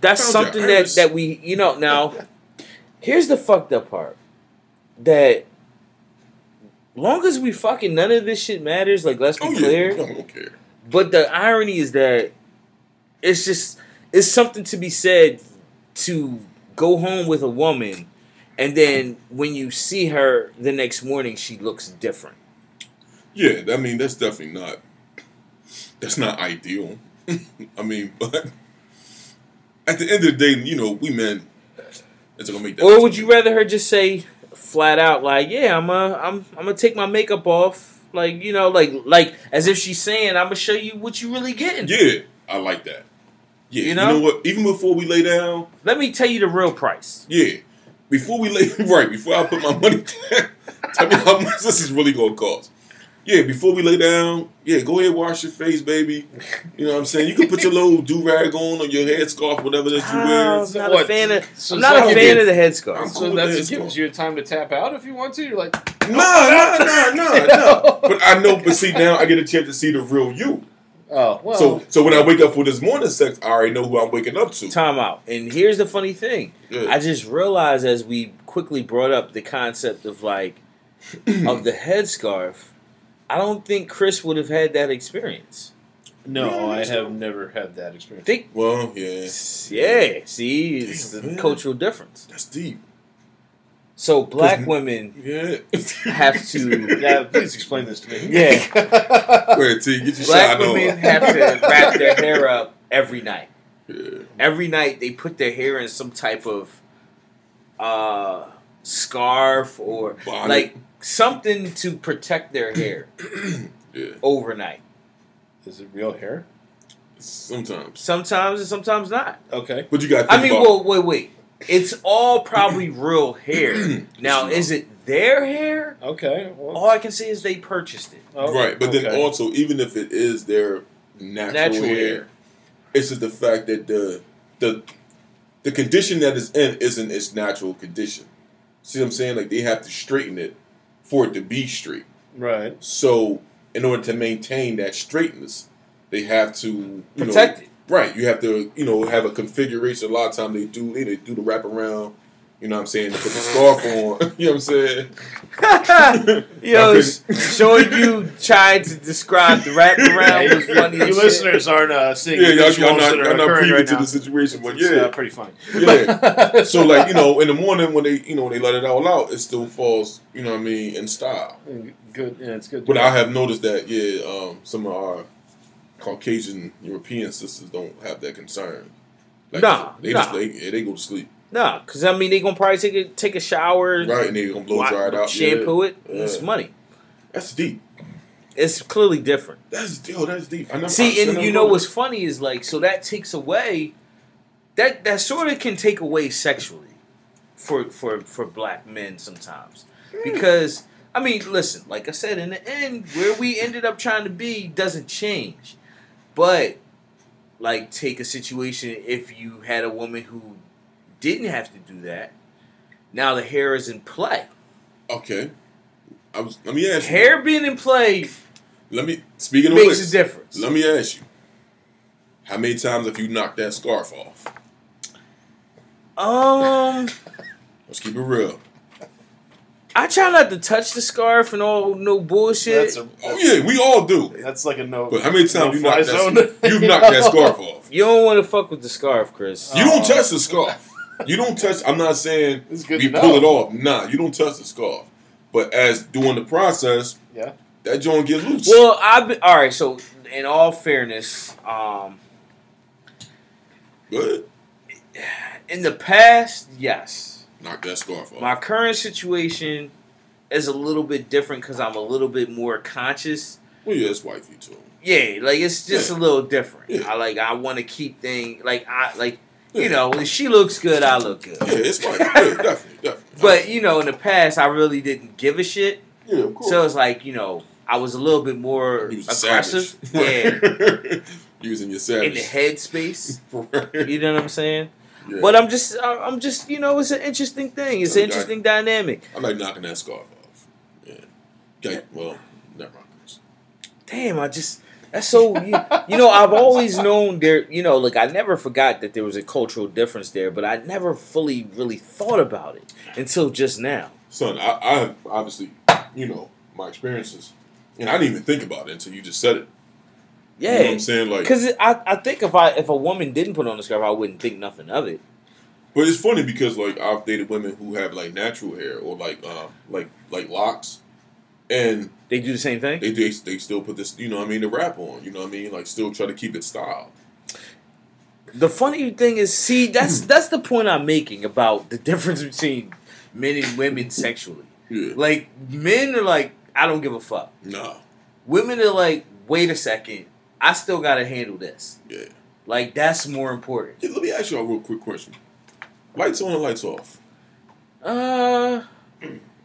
that's Found your something that iris. that we you know now. Here's the fucked up part, that long as we fucking none of this shit matters. Like, let's be Oh clear. yeah, no, I don't care. But the irony is that it's just it's something to be said to go home with a woman and then when you see her the next morning she looks different. Yeah, I mean that's definitely not. That's not ideal. I mean, but at the end of the day, you know, we men. It's gonna make that. Or would you rather her just say flat out like, "Yeah, I'm a I'm I'm gonna take my makeup off." Like, you know, like like as if she's saying, "I'm gonna show you what you really getting." Yeah, I like that. Yeah, You you know? know? what? Even before we lay down, Let me tell you the real price. yeah, before we lay right, before I put my money down, tell me how much this is really gonna cost. yeah, before we lay down, yeah, go ahead wash your face, baby. You know what I'm saying? You can put your little do rag on or your headscarf, whatever that you wear. I'm not What? a fan of. So I'm not a it's fan not good. of the I'm headscarf. cool So with that's that. it gives you time to tap out if you want to. You're like, No, no, no, no, no. But I know, but see, now I get a chance to see the real you. oh, well. So, so when I wake up for this morning sex, I already know who I'm waking up to. Time out. And here's the funny thing. Yeah. I just realized as we quickly brought up the concept of like of the headscarf. I don't think Chris would have had that experience. no, Yeah, I so- have never had that experience. Think, Well, yeah, yeah. See, it's Damn, the man. cultural difference. that's deep. So black Cause- women Yeah, Have to- Yeah, please explain this to me. Go Yeah. ahead, T. Get your Black shot women on. have to wrap their hair up every night. Yeah. Every night they put their hair in some type of uh, scarf or Bonnet. like something to protect their hair Yeah. overnight. Is it real hair? Sometimes, Sometimes and sometimes not. Okay. but you got. I mean, well, wait, wait. It's all probably real hair. Now, is it their hair? Okay. Well, All I can say is they purchased it. oh, right. But then okay. also, even if it is their natural, Natural hair, hair. it's just the fact that the the the condition that it's in isn't its natural condition. See what I'm saying? Like they have to straighten it for it to be straight. Right. So in order to maintain that straightness, they have to you Protect know, it. Right. You have to, you know, have a configuration. A lot of time they do they do the wrap around, you know what I'm saying, to put the scarf on. You know what I'm saying? Yo, Okay. s- showing you trying to describe the wrap around was funny. you as shit. listeners aren't uh, seeing Yeah, the y'all, visuals y'all not that are y'all not occurring privy right to now. the situation, but It's uh, yeah. pretty funny. Yeah. So like, you know, in the morning when they you know when they let it all out, it still falls, you know what I mean, in style. good. Yeah, it's good. But I have noticed that, yeah, um, some of our Caucasian European sisters don't have that concern. Nah, they nah. just they, yeah, they go to sleep, Nah, because I mean they gonna probably take a take a shower, right? And they gonna blow wa- dry it out, shampoo yeah. it. It's Yeah. money. That's deep. It's clearly different. That's yo, that's deep. I never, See, I and never you know what's noticed. funny is like so that takes away that that sort of can take away sexually for for for black men sometimes because I mean listen, like I said in the end, where we ended up trying to be doesn't change, but like take a situation if you had a woman who didn't have to do that. Now the hair is in play. okay. I was, let me ask you. Hair being in play Let me speaking of makes a which, difference. let me ask you. How many times have you knocked that scarf off? Um, Let's keep it real. I try not to touch the scarf and all no bullshit. that's a, Oh yeah, we all do. that's like a no. But how many times you fly knocked zone. that? You've knocked that scarf off. you don't want to fuck with the scarf, Chris. You don't Oh. touch the scarf. You don't touch. I'm not saying It's good we to know. pull it off. Nah, you don't touch the scarf. But as doing the process, Yeah. that joint get loose. well, I've been all right. So, in all fairness, um, Good. in the past, yes, Knock that scarf off. my current situation is a little bit different because I'm a little bit more conscious. well, Oh, yeah, it's wifey too. Yeah, like it's just a little different. Yeah. I like I want to keep things like I like Yeah. you know if she looks good, I look good. Yeah, it's wifey. yeah, definitely, definitely. But you know, in the past, I really didn't give a shit. yeah, of course. So it's like you know, I was a little bit more you was a aggressive, yeah, savage. Using your in the savage. headspace. Right. You know what I'm saying? Yeah. But I'm just, I- I'm just, you know, it's an interesting thing. It's an Okay. interesting dynamic. I like knocking that scarf off. Yeah. Okay, well, never mind. Damn, I just that's so. You, you know, I've always known there. You know, like I never forgot that there was a cultural difference there, but I never fully really thought about it until just now. Son, I, I have obviously, you know, my experiences. And I didn't even think about it until you just said it. You know what Yeah, I'm saying? Like, because I, I think if I if a woman didn't put on the scarf, I wouldn't think nothing of it. But it's funny because like I've dated women who have like natural hair or like um like like locks, and They do the same thing. they they, they still put this you know what I mean the wrap on you know what I mean like still try to keep it style. The funny thing is, see, that's that's the point I'm making about the difference between men and women sexually. Yeah. Like men are like, I don't give a fuck. No. Women are like, wait a second, I still gotta handle this. Yeah. Like that's more important. Hey, let me ask y'all a real quick question. Lights on and lights off. Uh,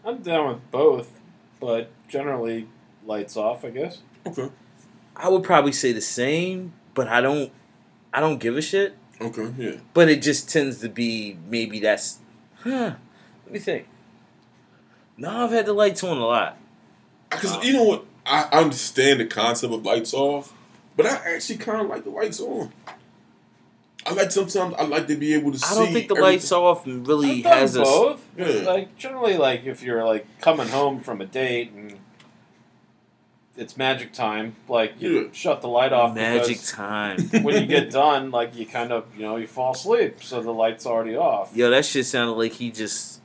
I'm down with both, but generally lights off, I guess. Okay. I would probably say the same, but I don't. I don't give a shit. Okay. Yeah. But it just tends to be maybe that's. Huh. Let me think. No, I've had the lights on a lot. Because you know what, I I understand the concept of lights off, but I actually kind of like the lights on. I like sometimes I like to be able to see. I don't think the everything. lights off really I've done has a. s- both. Yeah. Like generally, like if you're like coming home from a date and it's magic time, like you Yeah. shut the light off. magic because time. when you get done, like you kind of you know you fall asleep, so the light's already off. Yo, that shit sounded like he just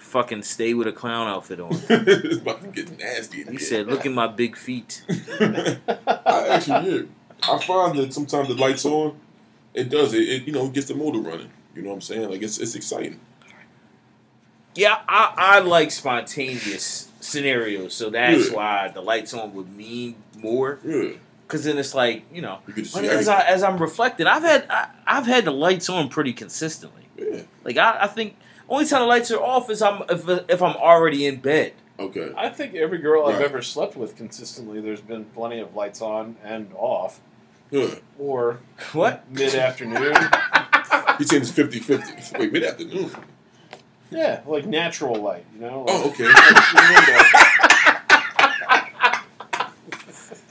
fucking stayed with a clown outfit on. it's about to get nasty. in He here. said, "Look at my big feet." I actually do. I find that sometimes the lights on, it does it. it you know, gets the motor running. You know what I'm saying? Like it's it's exciting. Yeah, I, I like spontaneous scenarios, so that's Yeah. why the lights on would mean more. Yeah, Cause then it's like you know, you get to but see as everything. I as I'm reflecting, I've had I, I've had the lights on pretty consistently. Yeah. Like I, I think only time the lights are off is I'm if, if I'm already in bed. Okay. I think every girl I've Right. ever slept with consistently, there's been plenty of lights on and off, Yeah. or What? mid afternoon. He's saying it's 50 50. Wait, mid afternoon. Oh. yeah, like natural light, you know. Oh, Like, okay.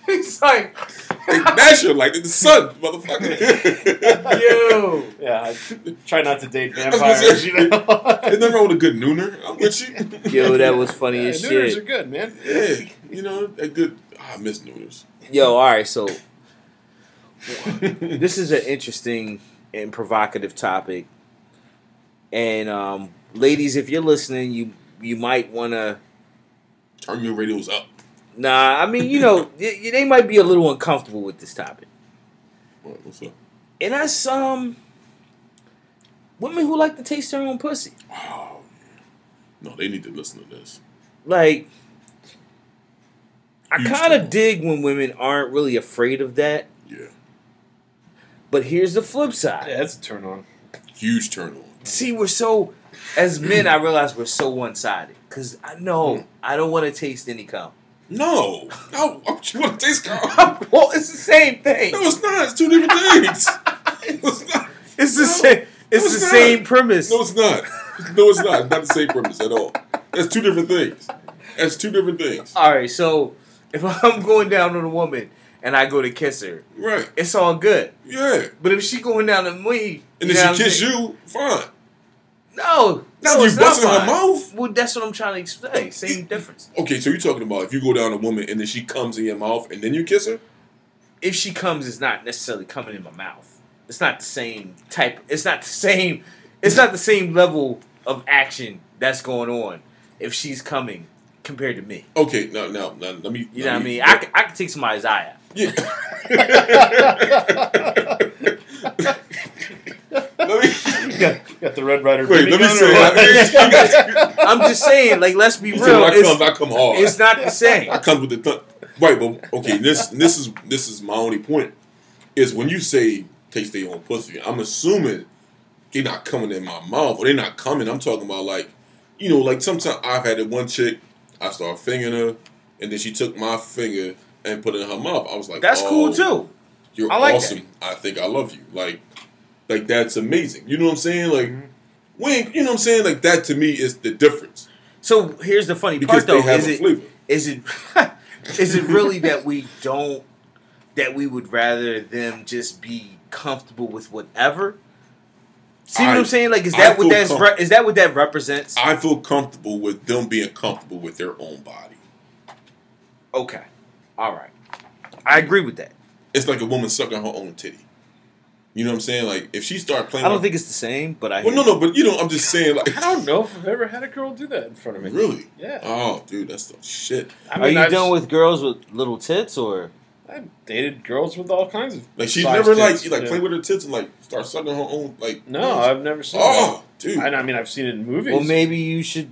He's like, Like, natural, like the sun, motherfucker. yo. Yeah, I try not to date I was gonna say- vampires, you know. Ain't nothing wrong with a good nooner. I'm with you. Yo, that was funny as Yeah, shit. noodles are good, man. Yeah, you know, a good. ah, I miss nooners. Yo, all right, so this is an interesting and provocative topic. And um, ladies, if you're listening, you you might want to. Turn your radios up. Nah, I mean, you know, they, they might be a little uncomfortable with this topic, What, what's up? and that's um, women who like to taste their own pussy. Oh, no, they need to listen to this. Like, I Huge kind deal. of dig when women aren't really afraid of that. Yeah, But here's the flip side. Yeah, that's a turn on. huge turn on. See, we're so as men. I realize we're so one sided because I know Mm. I don't want to taste any cum. No, no, I'm want to taste cum. well, it's the same thing. No, it's not. It's two different things. No, it's not. It's the No, same. It's it's the not. same premise. No, it's not. No, it's not. It's not the same premise at all. That's two different things. That's two different things. All right, so if I'm going down on a woman and I go to kiss her, Right. it's all good. Yeah. But if she going down to me, And you know what if she I'm kiss saying? you, fine. no, Now no, you it's not busting her fine. mouth. Well, that's what I'm trying to explain. Same difference. Okay, so you're talking about if you go down to a woman and then she comes in your mouth and then you kiss her? If she comes, it's not necessarily coming in my mouth. It's not the same type. It's not the same. It's not the same level of action that's going on if she's coming compared to me. Okay, no, no, no. Let me. You let know what I me- mean? I, c- I could take somebody's eye out. Yeah. let me. You got, you got the Red Rider. Wait, BB let me gun or say. what? that. I'm just saying, like, let's be You said real. when I It's, come, I come hard. it's not the same. I come with the thump. Right, but okay. This this is this is my only point. Is when you say taste their own pussy, I'm assuming they're not coming in my mouth or they're not coming. I'm talking about like, you know, like sometimes I've had that one chick. I started fingering her, and then she took my finger and put it in her mouth. I was like, That's "Oh, cool too. You're I like awesome. I think I love you. Like, like that's amazing. You know what I'm saying? Like, Mm-hmm. when you know what I'm saying? Like that to me is the difference So here's the funny because part, though: they have is a it flavor. is it is it really that we don't that we would rather them just be comfortable with whatever? See what I- I'm saying? Like, is I that feel what that's com- re- is that what that represents? I feel comfortable with them being comfortable with their own body. Okay, all right, I agree with that. It's like a woman sucking her own titty. You know what I'm saying? Like if she start playing, I don't with- think it's the same, but I Well, hear no, no, but you know, I'm just saying. Like I don't know if I've ever had a girl do that in front of me. Really? Yeah. Oh, dude, that's the shit. I you. Are you I've, done with girls with little tits or? I've dated girls with all kinds of. Like she size never like tits, she, like yeah. played with her tits and like start sucking her own like. No, I've never seen. oh, dude. that. I, I mean, I've seen it in movies. Well, maybe you should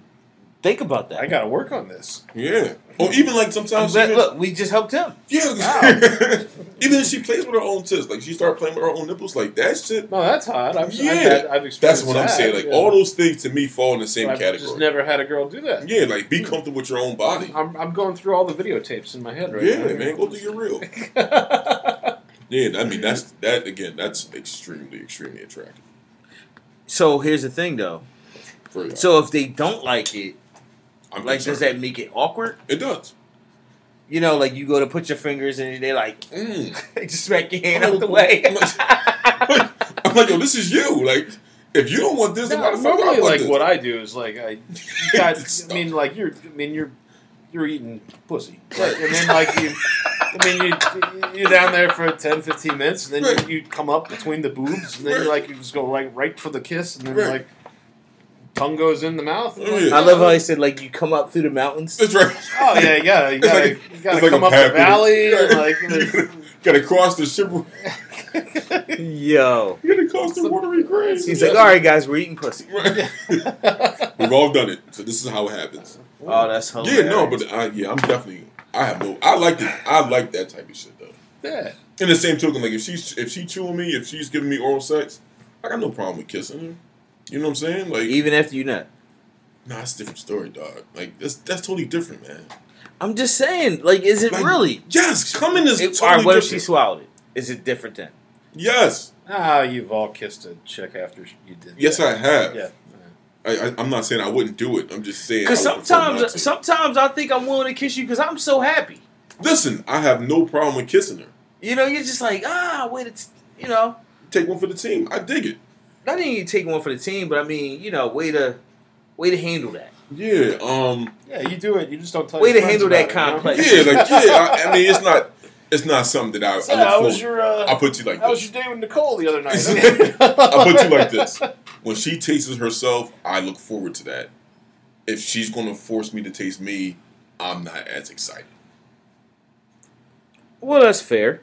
Think about that. I gotta work on this. Yeah. Or even like sometimes But even, look, we just helped him. yeah. even if she plays with her own tits, like she started playing with her own nipples, like that shit. No, that's hot. I've, Yeah, I've, had, I've experienced That's what I'm that, saying. Like yeah. all those things to me fall in the same I've just category. never had a girl do that. yeah, like be comfortable with your own body. I'm, I'm going through all the videotapes in my head right yeah, now. man, go do your real. yeah, I mean that's that again. That's extremely, extremely attractive. So here's the thing, though. For y'all. So if they don't like it, I'm like, does concerned. that make it awkward? It does. You know, like you go to put your fingers in, and they like Mm. they just smack your hand out the way. I'm like, I'm like, yo, this is you. Like, if you don't want this, No, why the fuck do I normally, want like this? what I do is like I, you got- Stop. I mean, like you're, I mean you're, you're eating pussy, like, and then like you, I mean you, you're down there for 10, 15 minutes, and then Right. you, you come up between the boobs, and then you Right. like you just go right, right for the kiss, and then Right. like tongue goes in the mouth. Oh, yeah. I love how he said like you come up through the mountains. That's right. Oh yeah, you gotta, you It's gotta, like you gotta it's like come a up the path in it. valley, and, Yeah. like there's- Gotta cross the ship. Yo, Gotta cross the watery grave. he's like, all right, guys, we're eating pussy. Right. We've all done it, so this is how it happens. Oh, that's hilarious. yeah, no, but I, yeah, I'm definitely. I have no. I like it. I like that type of shit though. yeah. In the same token, like if she's if she chewing me, if she's giving me oral sex, I got no problem with kissing her. You know what I'm saying? Like, even after you nut, nah, it's a different story, dog. Like that's that's totally different, man. I'm just saying, like, is it Like, really? Yes, coming is It- totally all right, what if she different. swallowed it? Is it different then? yes, Ah, you've all kissed a chick after you did. yes, that. I have. Yeah. I, I, I'm not saying I wouldn't do it. I'm just saying. Because I would prefer not to. sometimes, sometimes I think I'm willing to kiss you because I'm so happy. listen, I have no problem with kissing her. You know, you're just like, ah, wait, it's you know, Take one for the team. I dig it. not that you take one for the team, but I mean, you know, way to way to handle that. Yeah. Um. Yeah, you do it. You just don't tell. Way your to friends handle that about it, you know? complex. Yeah, like yeah. I, I mean, it's not it's not something that I, So, I how look was forward. your uh, I put you like How was this. your day with Nicole the other night? I put you like this. When she tastes herself, I look forward to that. If she's going to force me to taste me, I'm not as excited. Well, that's fair.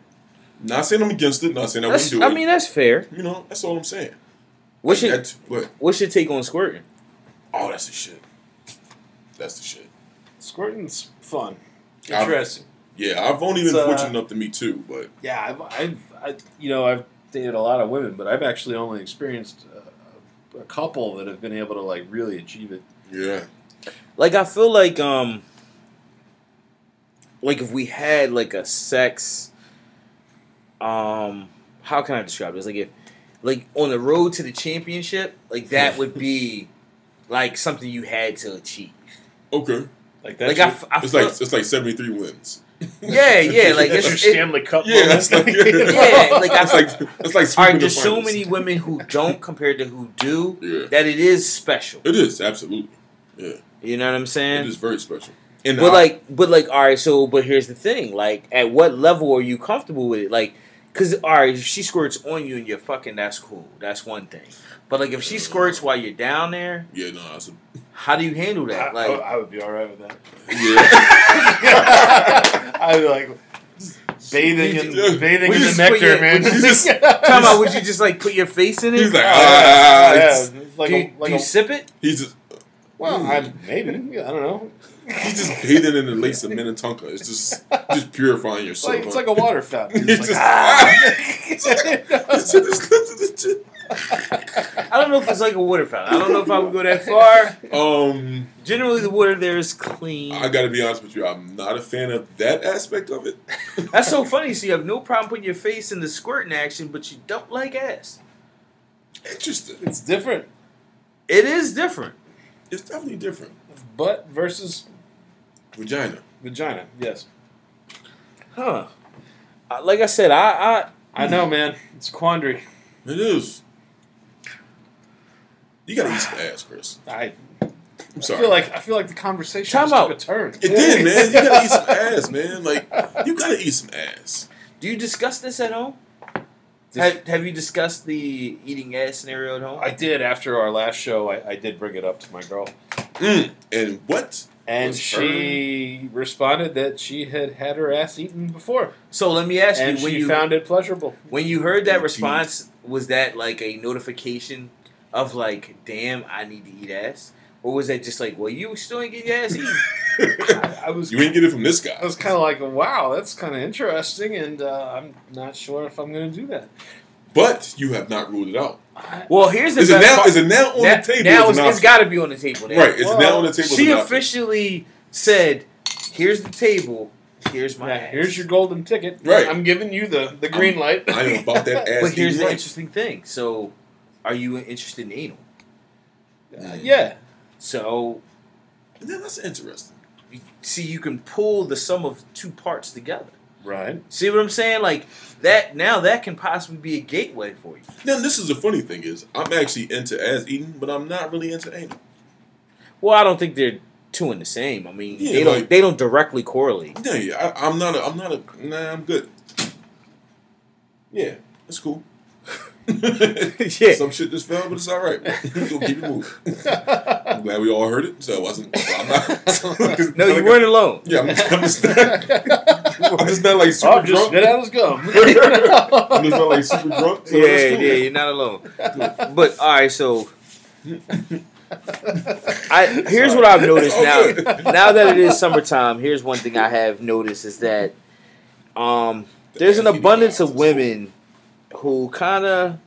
Not saying I'm against it. Not saying I wouldn't That's, do I it. mean, that's fair. you know, that's all I'm saying. What's your That's- what? what's your take on squirting? Oh, that's the shit. That's the shit. Squirting's fun. I've- Interesting. yeah, I've only been It's, uh, fortunate enough to me too, but yeah, I've, I've I, you know I've dated a lot of women, but I've actually only experienced uh, a couple that have been able to like really achieve it. yeah, Like, I feel like um, like if we had like a sex, um, how can I describe this? Like if like on the road to the championship, like that would be like something you had to achieve. okay. Like Like that's I, your, f- I It's feel, like it's like 73 wins. yeah, yeah, like that's it's, your it- Stanley Cup. Yeah, that's like Yeah, like, I- it's like it's like All sweeping right, the there's so finals. many women who don't compared to who do Yeah. that it is special. It is absolutely. You know what I'm saying? it is very special. And But I- like, but like, all right. So, but here's the thing: like, at what level are you comfortable with it? Like, because all right, if she squirts on you and you're fucking, that's cool. That's one thing. But like, if she squirts while you're down there, yeah, no, that's a, how do you handle I, that? I, Like, I would be all right with that. yeah. I'd be like just bathing in Yeah. bathing Would in you the just put nectar, your- man. would you just- time out. Would you just like put your face in it? He's like, Do ah, yeah, it's- like you- a, like do you a sip it? he's just Well, Hmm. I'm, maybe I don't know. he's just bathing in the lakes of Minnetonka. It's just just It's purifying yourself. like, it's like a water fountain. He's It's just- like, ah. I don't know if it's like a water fountain. I don't know if I would go that far. um, Generally, the water there is clean. I gotta be honest with you. I'm not a fan of that aspect of it. That's so funny. So you have no problem putting your face in the squirting action, but you don't like ass. Interesting. it's different. It is different. It's definitely different. Butt versus Vagina. vagina. Yes, Huh. Uh, Like I said, I, I I know, man. It's a quandary. It is. You gotta eat some ass, Chris. I, I'm I sorry. feel like I feel like the conversation Time just took out. a turn. it did, man. You gotta eat some ass, man. Like you gotta eat some ass. do you discuss this at home? Dis- have, have you discussed the eating ass scenario at home? I did after our last show. I, I did bring it up to my girl, Mm. And what? and Was she responded that she had had her ass eaten before, so let me ask and you when she you found it pleasurable. when you heard that Mhm. response, was that like a notification of like, damn, I need to eat ass, Or was that just like, well, you still ain't getting your ass eaten? I, I was You ain't get it from this guy. I was kind of like, wow, that's kind of interesting, and uh, I'm not sure if I'm going to do that. But you have not ruled it out. I, Well, here's the Is it best now? part. Is it now on now, the table? now as it's, an it's option? got to be on the table. Now. right. Is it now on the Well, table? as She an option? officially said, "Here's the table. Here's my yeah, ass." here's your golden ticket. Right. I'm giving you the, the green light. I am about that ass. but here's eating the right. interesting thing. So, are you interested in anal? Uh, yeah. So, And then that's interesting. you- see, you can pull the sum of two parts together. Right. See what I'm saying? Like that. Now that can possibly be a gateway for you. Now this is the funny thing is I'm actually into ass eating, but I'm not really into anal. Well, I don't think they're two in the same. I mean, Yeah, they don't like- they don't directly correlate. Yeah, yeah. I, I'm not. A, I'm not a. Nah, I'm good. Yeah, it's cool. Yeah. Some shit just fell, but it's all right. We'll keep it Oh, moving. I'm glad we all heard it, so I wasn't. I'm not, No, you weren't alone. Yeah, I'm, I'm just not. I'm just not like super Oh, just drunk. spit out his gum. I'm just not like super drunk. So yeah, that's cool. yeah, you're not alone. But all right, so I here's what I've noticed All now. good. Now that it is summertime, here's one thing I have noticed is that um, there's an abundance of women who kind of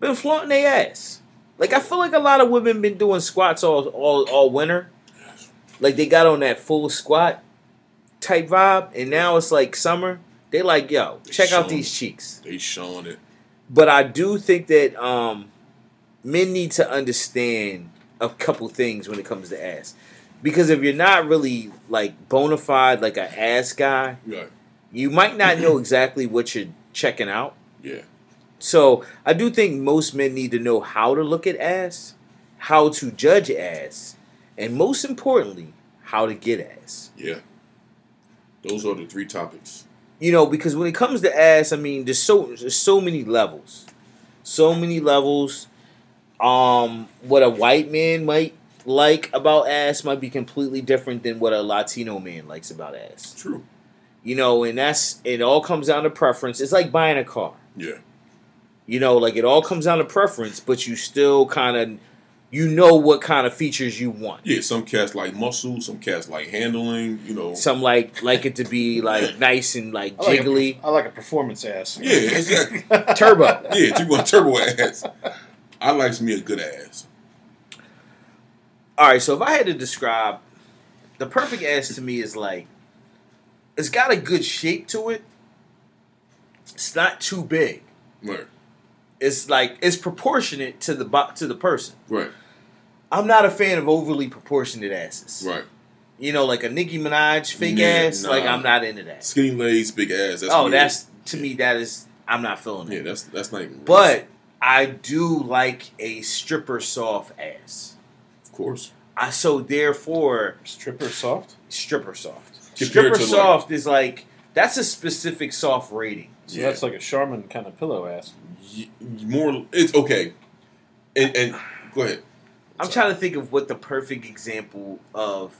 been flaunting their ass. Like I feel like a lot of women been doing squats all all all winter. Like they got on that full squat type vibe, and now it's like summer. They like, yo, check out these cheeks They showing it. but I do think that um, men need to understand a couple things when it comes to ass, because if you're not really like bona fide like an ass guy, Yeah, you might not know exactly what you're checking out. yeah. So I do think most men need to know how to look at ass, how to judge ass, and most importantly, how to get ass. Yeah. Those are the three topics. You know, because when it comes to ass, I mean, there's so there's so many levels, so many levels. Um, what a white man might like about ass might be completely different than what a Latino man likes about ass. True. You know, and that's it. All comes down to preference. It's like buying a car. Yeah. You know, like it all comes down to preference, but you still kind of, you know, what kind of features you want. Yeah, some cats like muscle, some cats like handling, you know. Some like like it to be like nice and like I like a- jiggly. I like a performance ass. yeah, exactly. Turbo. yeah, you want turbo ass. I likes me a good ass. All right, so if I had to describe the perfect ass to me is like it's got a good shape to it. It's not too big. Right. It's like it's proportionate to the bo- to the person. Right. I'm not a fan of overly proportionate asses. Right. You know, like a Nicki Minaj fake Yeah, ass. Like nah. I'm not into that. Skinny legs, big ass. That's oh, weird. that's to me that is I'm not feeling yeah. it. That's that's not even. But I do like a stripper soft ass. of course, I so therefore Stripper soft. stripper soft. Compared stripper to, like- soft is like that's a specific soft rating. So Yeah. that's like a Charmin kind of pillow ass. Y- more. It's okay. And, and go ahead. I'm trying to think of what the perfect example of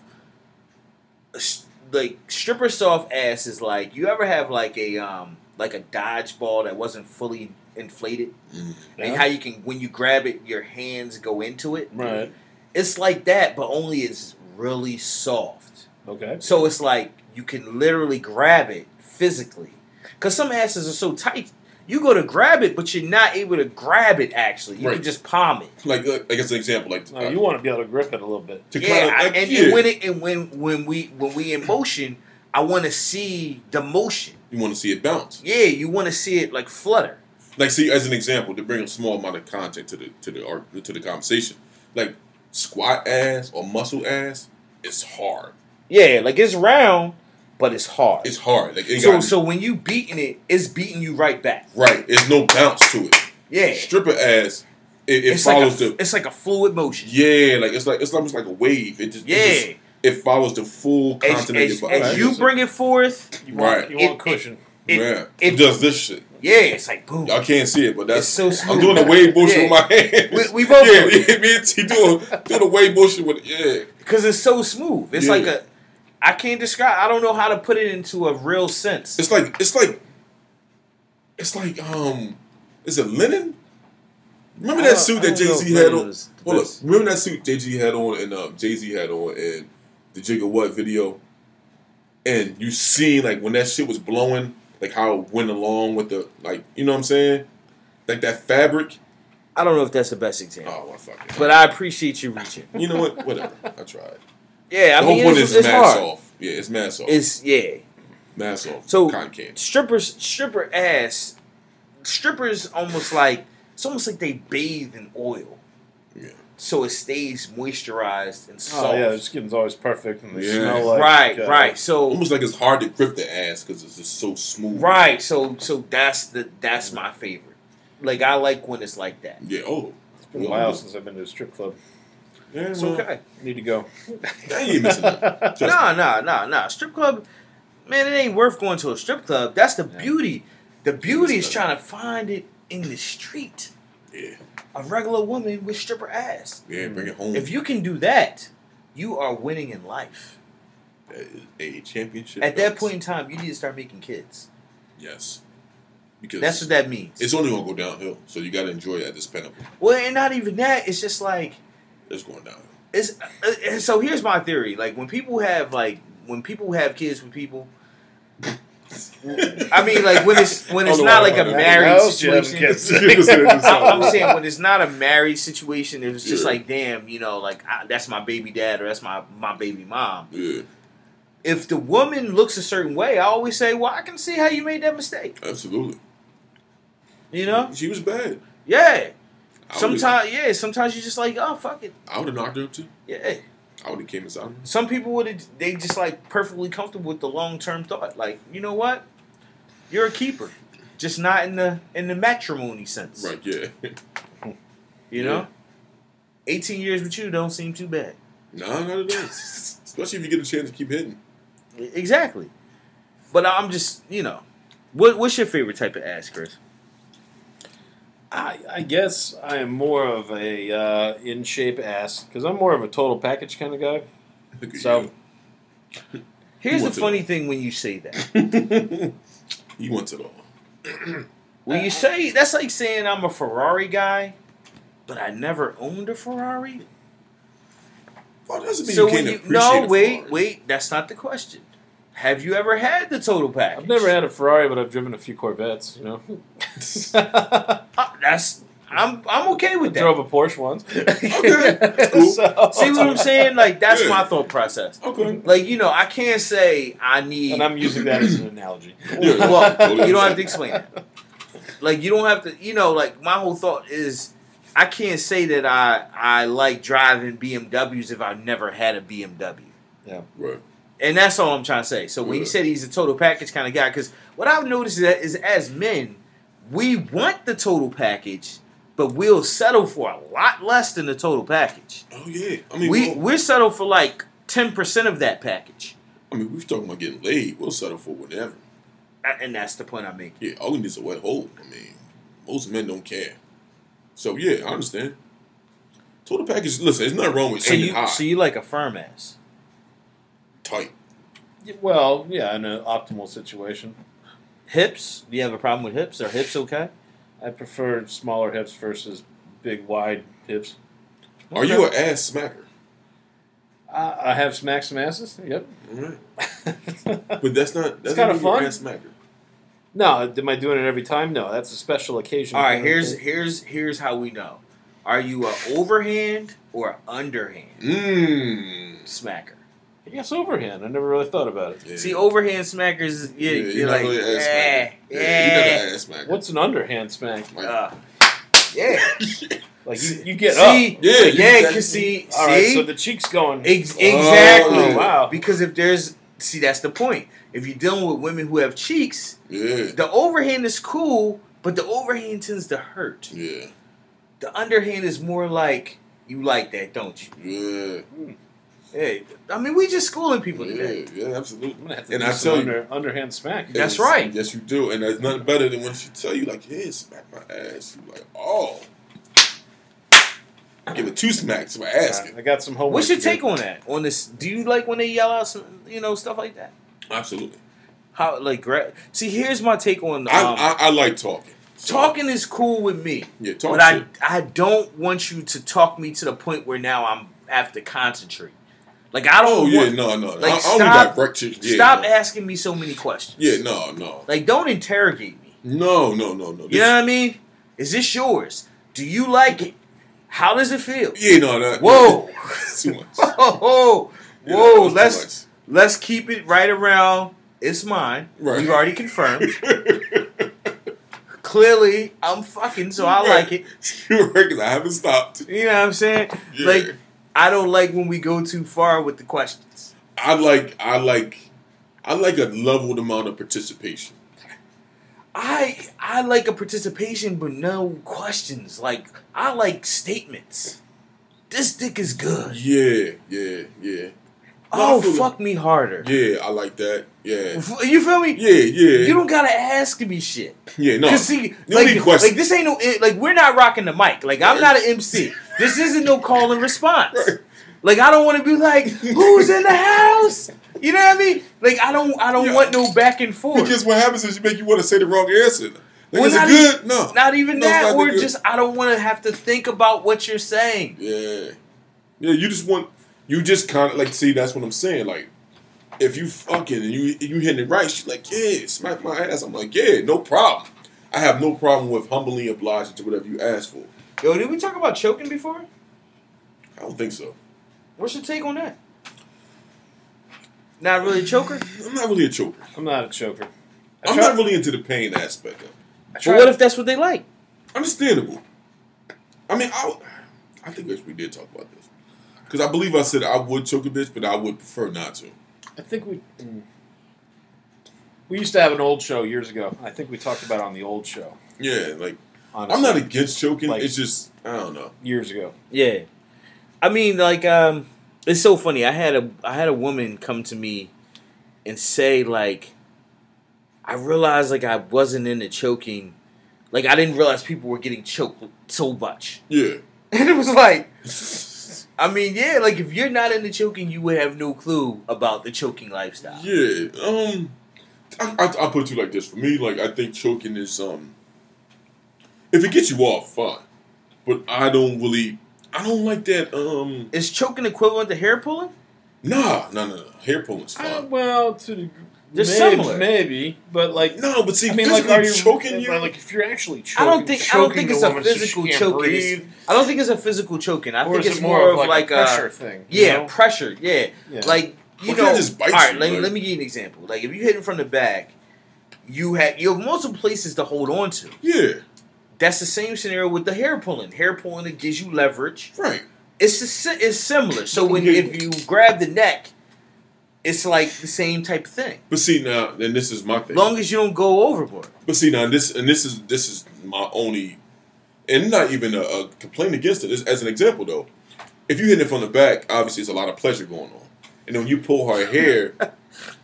a s- like stripper soft ass is like. You ever have like a um like a dodgeball that wasn't fully inflated Mm. and how you can when you grab it your hands go into it. Right. It's like that but only it's really soft. Okay. So it's like you can literally grab it physically. Cause some asses are so tight, you go to grab it, but you're not able to grab it actually. You Right. can just palm it. Like, uh, like as an example, like Now uh, you want to be able to grip it a little bit. to yeah, kinda- I- like, and, and when it and when when we when we in motion, I want to see the motion. you want to see it bounce. Yeah, you want to see it like flutter. Like, see, as an example, to bring a small amount of content to the to the or to the conversation, like squat ass or muscle ass, it's hard. Yeah, like it's round, but it's hard. It's hard. Like, it so got- so when you beating it, it's beating you right back. right, there's no bounce to it. Yeah, Stripper ass, it, it it's like a, follows f- the it's like a fluid motion. yeah, like it's like it's almost like a wave. It just Yeah, it, just, it follows the full as, continent. as, as you bring it forth, You want, Right. You want It- cushion. it, yeah, it- it does this shit. Yeah, it's like boom. Y'all can't see it, but that's It's so smooth. I'm doing the wave motion Yeah. with my hands. We- we both yeah, do it. yeah, me and T doing doing the wave motion with yeah. Because it's so smooth. It's Yeah. like a. I can't describe. I don't know how to put it into a real sense. It's like it's like it's like um, is it linen? Remember that don't- suit I that don't Jay know Z if had Lennon on? was the Hold up. best. Remember that suit Jay Z had on and um, Jay Z had on in the Jigga What video? And you seen like when that shit was blowing, like how it went along with the like you know what I'm saying? Like that fabric. I don't know if that's the best example, Oh well, fuck it. but I appreciate you reaching. you know what? Whatever. I tried. Yeah, I the mean whole point it's, is it's mass hard. off. Yeah, it's mass off. It's yeah. mass off. So- cotton candy. Strippers, stripper ass, strippers almost like it's almost like they bathe in oil, Yeah. so it stays moisturized and soft. Oh yeah, their skin's always perfect and they Yeah. smell like right, uh, right. So Almost like it's hard to grip the ass because it's just so smooth. Right. So so that's the that's my favorite. Like I like when it's like that. Yeah. Oh. It's been a while Mm-hmm. since I've been to a strip club. Yeah, It's well, okay. Need to go. I ain't missing nothing. Trust Nah, nah, nah, nah. Strip club, man, it ain't worth going to a strip club. That's the Yeah. beauty. The beauty is good. trying to find it in the street. me. Yeah. A regular woman with stripper ass. Yeah. Bring it home. If you can do that, you are winning in life. a championship. At that belts. point in time, you need to start making kids. yes, because That's what that means. it's only gonna go downhill. So you gotta enjoy it at this pinnacle. Well, and not even that. It's just like It's going downhill. it's uh, uh, so here's my theory like when people have like when people have kids with people i mean like when it's when it's Hold not on, like a hold on. How married else you having situation kids? I- i'm saying when it's not a married situation it's just Yeah. like damn you know like I, that's my baby dad or that's my my baby mom Yeah, if the woman looks a certain way i always say well i can see how you made that mistake absolutely. you know She was bad. yeah I would've- sometimes yeah sometimes you're just like oh fuck it I would have knocked her up too. yeah I would have came inside. some people would they just like perfectly comfortable with the long term thought. Like, you know what? You're a keeper. Just not in the in the matrimony sense. Right? Yeah. You know? Eighteen years with you don't seem too bad. nah, not at all. Especially if you get a chance to keep hitting. Exactly. But I'm just you know. What what's your favorite type of ass, Chris? I, I guess I am more of a uh, in shape ass because I'm more of a total package kind of guy. Look at So- Here's the wants it funny thing when you say that. you. he wants it all. When you say that's like saying I'm a Ferrari guy, but I never owned a Ferrari. Well, that doesn't mean So you when can't you appreciate no it for wait it. wait that's not the question. Have you ever had the total package? I've never had a Ferrari, but I've driven a few Corvettes. You know, Uh, that's I'm I'm okay with that. drove a Porsche once. Okay, that's cool. So- See what I'm saying? Like that's Yeah. my thought process. Okay. Like you know, I can't say I need. And I'm using that as an analogy. Yeah, yeah. well, you don't have to explain it. Like you don't have to. You know, like my whole thought is, I can't say that I I like driving BMWs if I've never had a BMW. Right. And that's all I'm trying to say. So when you Yeah. said he's a total package kind of guy, because what I've noticed is, that is as men, we want the total package, but we'll settle for a lot less than the total package. Oh yeah. I mean, we well, we're settled for like ten percent of that package, I mean, we've talking about getting laid. We'll settle for whatever. A- and that's the point I'm making. Yeah, all we need is a wet hole. I mean, most men don't care. So yeah, I understand. Total package. Listen, there's nothing wrong with So aiming you high, so you like a firm ass. tight. Well, yeah, in an optimal situation, Hips? Do you have a problem with hips? Are hips okay? I prefer smaller hips versus big wide hips. Are you an ass smacker? I, I have smacked some asses. Yep. All right, but that's not. That's kinda not fun. fun. Ass smacker. no, am I doing it every time? No, that's a special occasion. All right. Here's here's here's how we know. Are you a overhand or a underhand Hmm. Mmm. smacker? I guess overhand. I never really thought about it. Yeah. See, overhand smackers, yeah, Yeah, you're, you're not like, really an ass yeah, smacker. yeah, you're not an ass smacker. What's an underhand smack? Like, uh, yeah. Like you, you get see, up. Yeah, yeah, you yeah, got- cause see, All see, right, so the cheeks going. Ex- Oh, exactly. wow. Because if there's see, that's the point. If you're dealing with women who have cheeks, yeah, the overhand is cool, but the overhand tends to hurt. yeah, The underhand is more like you like that, don't you? yeah, Hey, I mean, we just schooling people today. yeah, yeah, absolutely. I'm gonna have to And do I some tell you- under, underhand smack. That's Yes, right. Yes, you do, and there's nothing better than when she tell you like, "Yeah, smack my ass." You like, "Oh." Give it two smacks for asking. I got some homework. What's your to do. take on that? On this, do you like when they yell out some, you know, stuff like that? Absolutely. How like gra- see? Here's my take on. Um, I, I, I like talking. So, Talking is cool with me, Yeah, talk but I shit. I don't want you to talk me to the point where now I'm I have to concentrate. Like I don't. Oh yeah, want, no, no. Like, I, I stop- only got breakfast. Yeah, Stop no. asking me so many questions. Yeah, no, no, Like don't interrogate me. no, no, no, no. You know what I mean? Is this yours? Do you like it? How does it feel? Yeah, no, no. Whoa. too much. Oh, oh, Yeah, whoa! that let's was let's keep it right around. It's mine. Right. We've already confirmed. too much. Clearly, I'm fucking, so I like it. You're right, 'cause I haven't stopped. You know what I'm saying? Yeah. Like, I don't like when we go too far with the questions. I like, I like, I like a leveled amount of participation. I I like a participation, but no questions. Like, I like statements. This dick is good. Yeah, yeah, yeah, Oh, I feel fuck me harder. yeah. I like that. Yeah, F- You feel me? yeah, yeah. You don't gotta ask me shit. yeah, no. Cause see, No like, need questions. like this ain't no like we're not rocking the mic. Like I'm not an MC. This isn't no call and response. Right. Like I don't want to be like who's in the house. You know what I mean? Like I don't I don't Yeah. want no back and forth. Because what happens is you make you want to say the wrong answer. Like, Well, is it not e- good? no. not even No, it's that, not or that good. just I don't want to have to think about what you're saying. Yeah. Yeah, you just want you just kind of like see that's what I'm saying. Like if you fucking and you you hitting it right, she's like, "Yeah, smack my ass." I'm like, "Yeah, no problem." I have no problem with humbly obliging to whatever you ask for. Yo, did we talk about choking before? I don't think so. What's your take on that? Not really a choker. I'm not really a choker. I'm not a choker. I I'm try- not really into the pain aspect of it. I But try- what if that's what they like? Understandable. I mean, I I think actually we did talk about this. Because I believe I said I would choke a bitch, but I would prefer not to. I think we. mm. We used to have an old show years ago. I think we talked about it on the old show. Yeah, like Honestly, I'm not against choking. Like- it's just I don't know. years ago. Yeah, I mean, like, um, it's so funny. I had a I had a woman come to me and say like, I realized like I wasn't into choking, like I didn't realize people were getting choked so much, Yeah. and it was like. I mean, yeah, like if you're not into choking, you would have no clue about the choking lifestyle. Yeah. Um, I, I, I'll put it to you like this. For me, like, I think choking is, um, if it gets you off, fine. But I don't really, I don't like that, um, Is choking equivalent to hair pulling? nah, no, no, no. Hair pulling's I, fine. Uh, well, to the, They're maybe, similar. maybe, but like No, but see, I mean, like, are you choking you? Like, if you're actually I choking, don't think I don't choking think the it's a woman so she physical can't choking. breathe, It's- I don't think it's a physical choking. I or think is it's it more, of like, a pressure thing? you Yeah, know? pressure. Yeah, Yeah. like you Well, know. that just bites all right, you, let, me- like- let me give you an example. Like if you hit it from the back, you have you have multiple places to hold on to. yeah, That's the same scenario with the hair pulling. Hair pulling it gives you leverage. right. It's the si- it's similar. So when Okay. if you grab the neck, it's like the same type of thing. But see, now, and this is my thing. Long as you don't go overboard. But see now, this and this is this is my only, and not even a, a complaint against it. As, as an example, though, if you hit it from the back, obviously it's a lot of pleasure going on. And then when you pull her hair,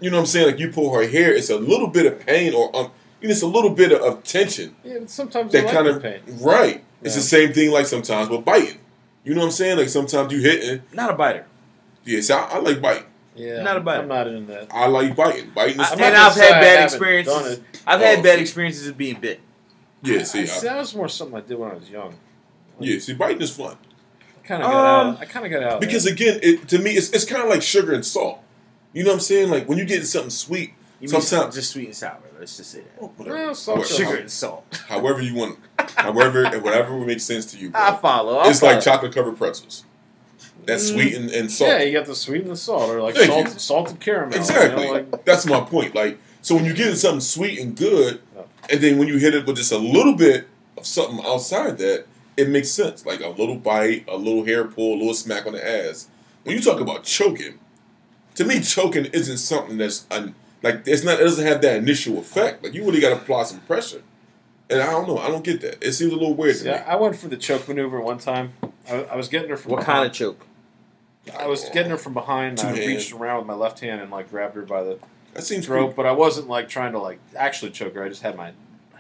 you know what I'm saying? Like you pull her hair, it's a little bit of pain or um, it's a little bit of, of tension Yeah, but sometimes that I kind of like the pain. right. It's Yeah. the same thing like sometimes with biting. You know what I'm saying? Like sometimes you hitting. Not a biter. Yeah, see, I, I like biting. Yeah, Not a bite. I'm not in that. I like biting. Biting is I- I'm and not gonna fun. I've say had I bad haven't experiences. done it. I've had Oh, bad see. experiences of being bit. Yeah, see, I- I, that was more something I did when I was young. yeah, see, biting is fun. Kind of got Um, out. I kind of got out of Because that. again, it, to me, it's, it's kind of like sugar and salt. You know what I'm saying? Like when you get something sweet, You mean sometimes just sweet and sour. Let's just say that. Oh, whatever. well, salt, Well, Sugar and salt. however you want, however and whatever makes sense to you. bro. I follow. I it's follow. like chocolate covered pretzels. Mm. That's sweet and, and salt. Yeah, you got the sweet and the salt, or like Thank salt, you. salted caramel. you know, exactly. like- That's my point. Like so, when you're getting something sweet and good, and then when you hit it with just a little bit of something outside that, it makes sense. Like a little bite, a little hair pull, a little smack on the ass. When you talk about choking, to me, choking isn't something that's un, like it's not. It doesn't have that initial effect. Like you really got to apply some pressure. And I don't know. I don't get that. It seems a little weird to See, I I went for the choke maneuver one time. I, I was getting her from What behind. kind of choke? me. Oh, I was getting her from behind. And I Two-handed. reached around with my left hand and like grabbed her by the That seems throat, rope. but I wasn't like trying to like actually choke her. I just had my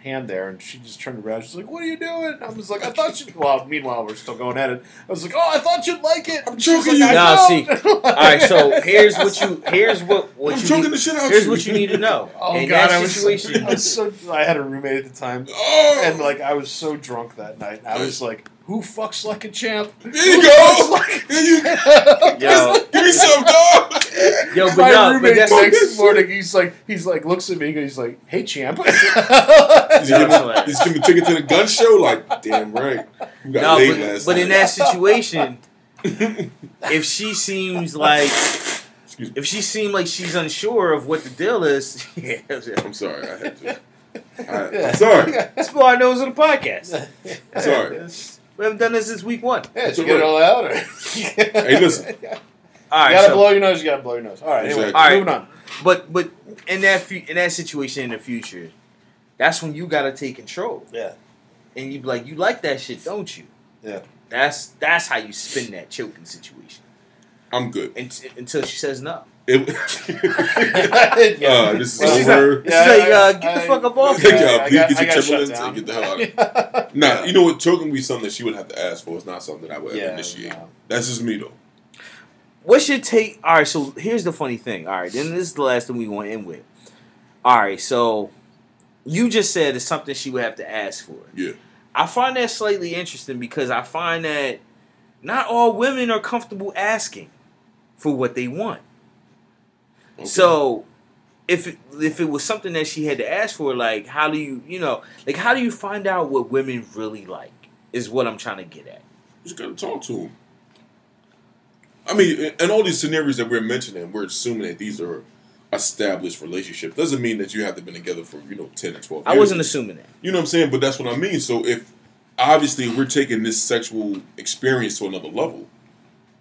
hand there, and she just turned around. She's like, "What are you doing?" I was like, "I thought you." Well, meanwhile, we're still going at it. I was like, "Oh, I thought you'd like it." I'm choking you. Nah, see. All right, so here's what you here's what what I'm you choking need, the shit out here's you. what you need to know. Oh In god, that I was, so, situation, I was so I had a roommate at the time, Oh, and like I was so drunk that night. And I was like, "Who fucks like a champ?" there you Who go. fucks like- There you yo, Give me some, dog. yo, but My no, but roommate that's fucking next shit. morning, he's like, he's like, looks at me, and he's like, "Hey, champ." He's giving, hilarious. he's giving a ticket to the gun show. Like, damn right. You got no, laid but, last but night. in that situation, if she seems like Excuse me. if she seems like she's unsure of what the deal is, yeah, that's I'm sorry. I had to. I, Yeah. am sorry. why I know it's on the podcast. Sorry. We haven't done this since week one. Yeah, It's you get it alright. all out. Or Hey, listen. All You right, gotta so- blow your nose. You gotta blow your nose. All right, anyway, Exactly. moving on. but but in that fu- in that situation in the future, that's when you gotta take control. Yeah. and you be like, you like that shit, don't you? Yeah. That's that's how you spin that choking situation. I'm good. And, until she says no. It, uh, this is And she's over. like- she's like, uh, get the fuck up off Take Yeah, your I pee, got- get I your got shut Timberlands, down. and get the hell out. of here. Nah, you know what? Choking would be something that she would have to ask for. It's not something I would ever Yeah, initiate. no. That's just me, though. What's your take? All right, so here's the funny thing. All right, then this is the last thing we want to end with. All right, so you just said it's something she would have to ask for. Yeah. I find that slightly interesting because I find that not all women are comfortable asking for what they want. Okay. So if it, if it was something that she had to ask for, like how do you you know like how do you find out what women really like is what I'm trying to get at. You just gotta talk to him. I mean, and all these scenarios that we're mentioning, we're assuming that these are established relationships. Doesn't mean that you have to been together for you know ten or twelve. I years. wasn't assuming that. You know what I'm saying? But that's what I mean. So if obviously we're taking this sexual experience to another level,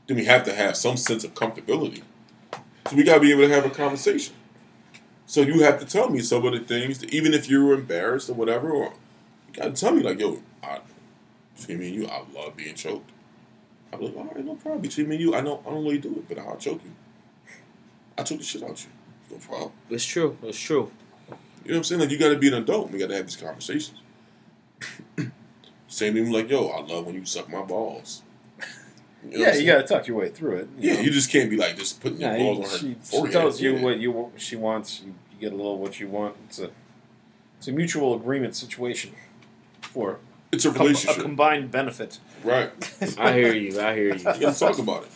then we have to have some sense of comfortability. So we gotta be able to have a conversation. So you have to tell me some of the things, that, even if you were embarrassed or whatever, or you gotta tell me like, yo, I, between me and you, I love being choked. I'm like, all right, no problem. Between me and you, I know I don't really do it, but I'll choke you. I choke the shit out you. No problem. It's true. It's true. You know what I'm saying? Like you got to be an adult. and We got to have these conversations. Same thing, like yo, I love when you suck my balls. You know what Yeah, I'm you saying? gotta tuck your way through it. Yeah, you just can't be like just putting your Yeah, you- balls on her she, she forehead. tells you Yeah. what you wa- she wants. You, you get a little what you want. It's a it's a mutual agreement situation for It's a com- relationship, a combined benefit. right? I hear you. I hear you. You got to talk about it.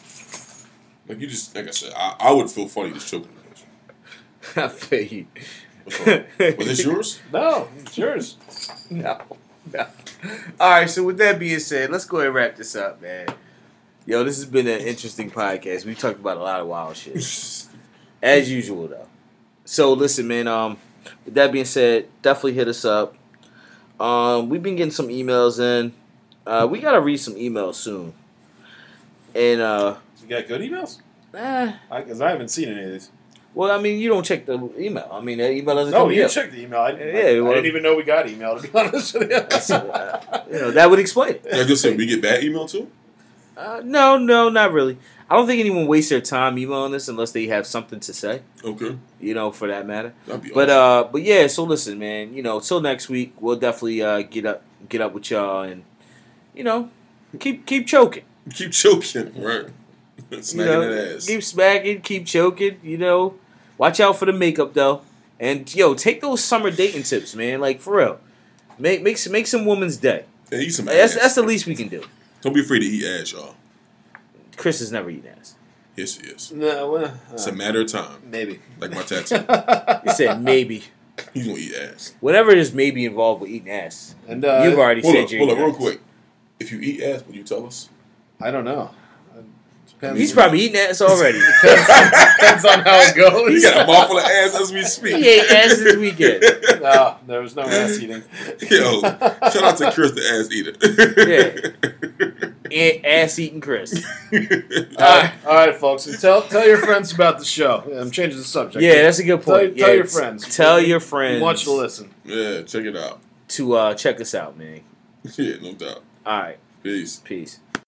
Like you just, like I said, I, I would feel funny just choking. a bitch. I feel you. What's wrong? Was this yours? No, it's yours. No, no. All right. So with that being said, let's go ahead and wrap this up, man. Yo, this has been an interesting podcast. We talked about a lot of wild shit, as usual, though. So listen, man. Um, with that being said, definitely hit us up. Um, we've been getting some emails in. Uh, we gotta read some emails soon. And uh, You got good emails? eh, Because I, haven't seen any of these. Oh, well, I mean, you don't check the email. I mean, that email doesn't. No, come you up. checked the email. I, I- Yeah, I well- didn't even know we got email. To be honest with you. So, uh, you know, that would explain it. Like I said, we get bad email too. Uh, no, no, not really. I don't think anyone wastes their time emailing us unless they have something to say, Okay, you know, for that matter. that'd be. But awesome. uh, but yeah. So listen, man. You know, till next week, we'll definitely uh, get up, get up with y'all, and you know, keep keep choking. keep choking, right? You Smacking that know, ass. keep smacking, keep choking. You know, watch out for the makeup though, and yo, take those summer dating tips, man. Like for real, make make some- make some woman's day. Hey, eat some That's ass. that's the least we can do. Don't be afraid to eat ass, y'all. Chris is never eating ass. Yes, it is. no, well, uh, It's a matter of time. maybe. Like my tattoo. He said maybe. He's gonna eat ass. Whatever it is, may be involved with eating ass. And uh, You've already Hold said up, you're hold up, eating real ass. quick. If you eat ass, will you tell us? I don't know. It Depends, He's probably eating ass already. depends on how it You goes. got a mouthful of ass as we speak. he ate ass this weekend. no, there was no ass eating. Yo, shout out to Chris the ass eater. Ant- ass eating Chris. All Uh, right, all right, folks. And tell tell your friends about the show. I'm changing the subject. Yeah, that's a good Tell- point. tell Yeah, your t- friends. Tell your You friends. want you to listen. yeah, check it out. to uh, check us out, man. Yeah, no doubt. All right, Peace. peace.